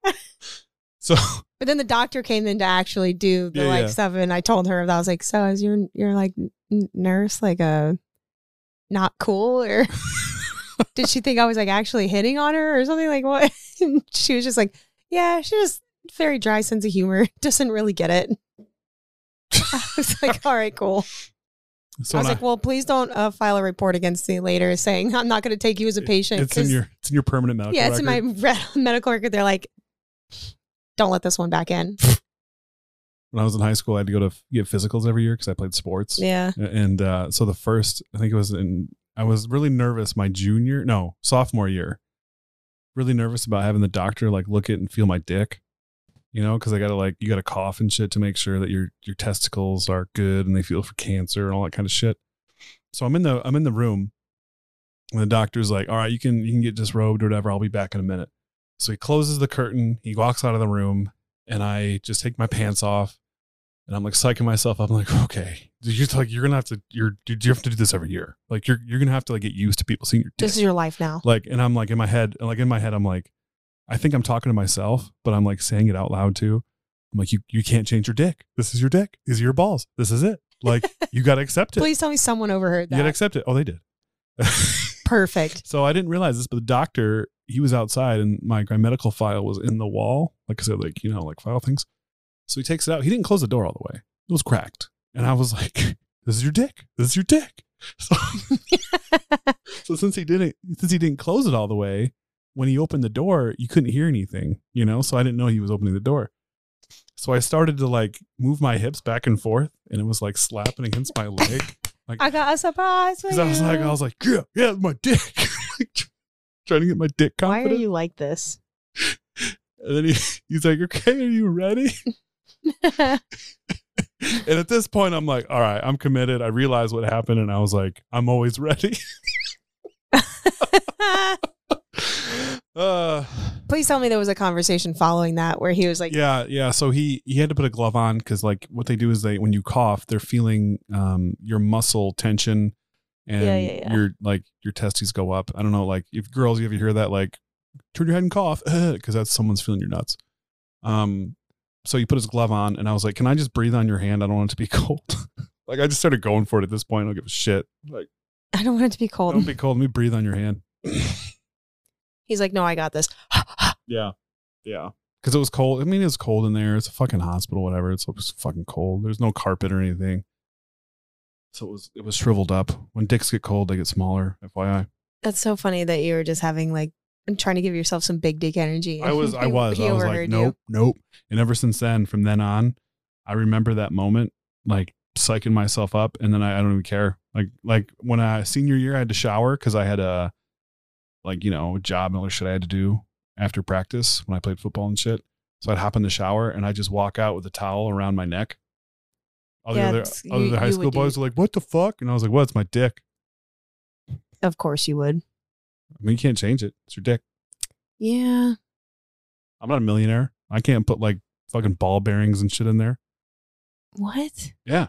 So
But then the doctor came in to actually do the
Yeah,
like
yeah.
stuff, and I told her that I was like, "So is your your like n- nurse like a not cool or did she think I was like actually hitting on her or something like what?" And she was just like, "Yeah, she just very dry sense of humor, doesn't really get it." I was like, "All right, cool."
so
I
when
was like, "Well, please don't uh, file a report against me later saying I'm not going to take you as a patient."
it's in
'cause-
your it's in your permanent medical
yeah, it's in my
record.
re- medical record. They're like, "Don't let this one back in."
when I was in high school, I had to go to f- get physicals every year because I played sports.
Yeah.
And uh, so the first, I think it was in, I was really nervous my junior, no, sophomore year. Really nervous about having the doctor like look at and feel my dick, you know, because I got to like, you got to cough and shit to make sure that your, your testicles are good and they feel for cancer and all that kind of shit. So I'm in the, I'm in the room and the doctor's like, all right, you can, you can get disrobed or whatever. I'll be back in a minute. So he closes the curtain. He walks out of the room and I just take my pants off and I'm like psyching myself up. I'm like, okay, you're just like you're gonna have to you're you you have to do this every year. Like you're you're gonna have to like get used to people seeing your dick.
This is your life now.
like, and I'm like in my head, like in my head, I'm like, I think I'm talking to myself, but I'm like saying it out loud too. I'm like, you you can't change your dick. This is your dick. These are your balls. This is it. Like you gotta accept it.
Please tell me someone overheard
you gotta
that.
accept it. Oh, they did.
Perfect.
So I didn't realize this, but the doctor, he was outside and my, my medical file was in the wall. Like I said, like, you know, like file things. So he takes it out. He didn't close the door all the way. It was cracked. And I was like, this is your dick. This is your dick. So, so since he didn't, since he didn't close it all the way, when he opened the door, you couldn't hear anything, you know? So I didn't know he was opening the door. So I started to like move my hips back and forth and it was like slapping against my leg.
I got a surprise for
Cause
you.
I was like, I was like, yeah, yeah, my dick. Like, tr- trying to get my dick
why are
confident.
you like this?
and then he, he's like, okay, are you ready? and at this point, I'm like, all right, I'm committed. I realized what happened. And I was like, I'm always ready. uh,
Please tell me there was a conversation following that where he was like,
yeah, yeah. So he, he had to put a glove on because like what they do is they, when you cough, they're feeling um, your muscle tension and
Yeah, yeah, yeah.
your, like your testes go up. I don't know. Like if girls, you ever hear that, like turn your head and cough because that's someone's feeling your nuts. Um, so he put his glove on, and I was like, "Can I just breathe on your hand? I don't want it to be cold." like I just started going for it at this point. I don't give a shit. Like
I don't want it to be cold.
don't be cold. Let me breathe on your hand.
He's like, no, I got this.
yeah, yeah. Because it was cold. I mean, it was cold in there. It's a fucking hospital, whatever. It's, it's fucking cold. There's no carpet or anything. So it was it was shriveled up. When dicks get cold, they get smaller. FYI.
That's so funny that you were just having like, and trying to give yourself some big dick energy.
I was, I
He-
was,
he
I was like,
overheard
nope, nope. And ever since then, from then on, I remember that moment, like psyching myself up, and then I, I don't even care. Like, like when I senior year, I had to shower because I had a, like you know, job and other shit I had to do after practice when I played football and shit. So I'd hop in the shower and I just walk out with a towel around my neck. All the
Yeah,
other,
it's-
other
you-
high
you
school
would do-
boys were like, "What the fuck?" And I was like, "What? It's my dick.
you. Of course you would.
I mean, you can't change it. It's your dick.
Yeah.
I'm not a millionaire. I can't put like fucking ball bearings and shit in there."
What?
Yeah.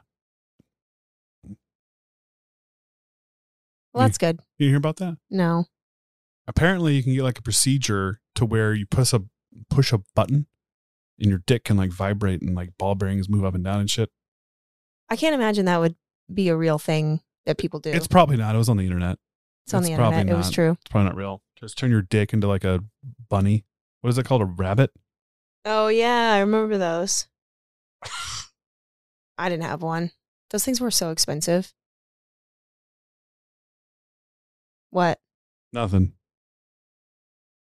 Well, that's good.
You hear about that?
No.
Apparently, you can get like a procedure to where you push a push a button, and your dick can like vibrate and like ball bearings move up and down and shit.
I can't imagine that would be a real thing that people do.
It's probably not. It was on the internet.
It's on
it's
the
probably
internet. It was
not.
true.
It's probably not real. Just turn your dick into like a bunny. What is it called? A rabbit?
Oh yeah, I remember those. I didn't have one. Those things were so expensive. What?
Nothing.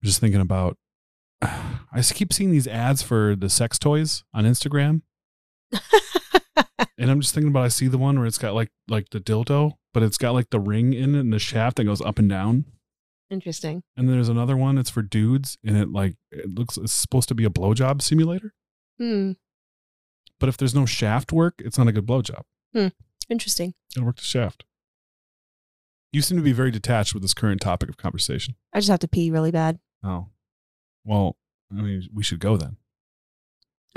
I'm just thinking about. I just keep seeing these ads for the sex toys on Instagram, and I'm just thinking about. I see the one where it's got like like the dildo, but it's got like the ring in it and the shaft that goes up and down.
Interesting.
And there's another one that's for dudes, and it like it looks it's supposed to be a blowjob simulator.
Hmm.
But if there's no shaft work, it's not a good blowjob.
Interesting.
It'll work the shaft. You seem to be very detached with this current topic of conversation.
I just have to pee really bad.
Oh. Well, I mean, we should go then.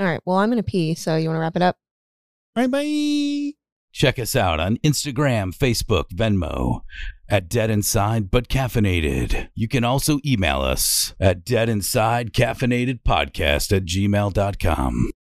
All right. Well, I'm gonna pee. So you want to wrap it up?
All right, bye.
Check us out on Instagram, Facebook, Venmo at Dead Inside But Caffeinated. You can also email us at deadinsidecaffeinatedpodcast at gmail.com.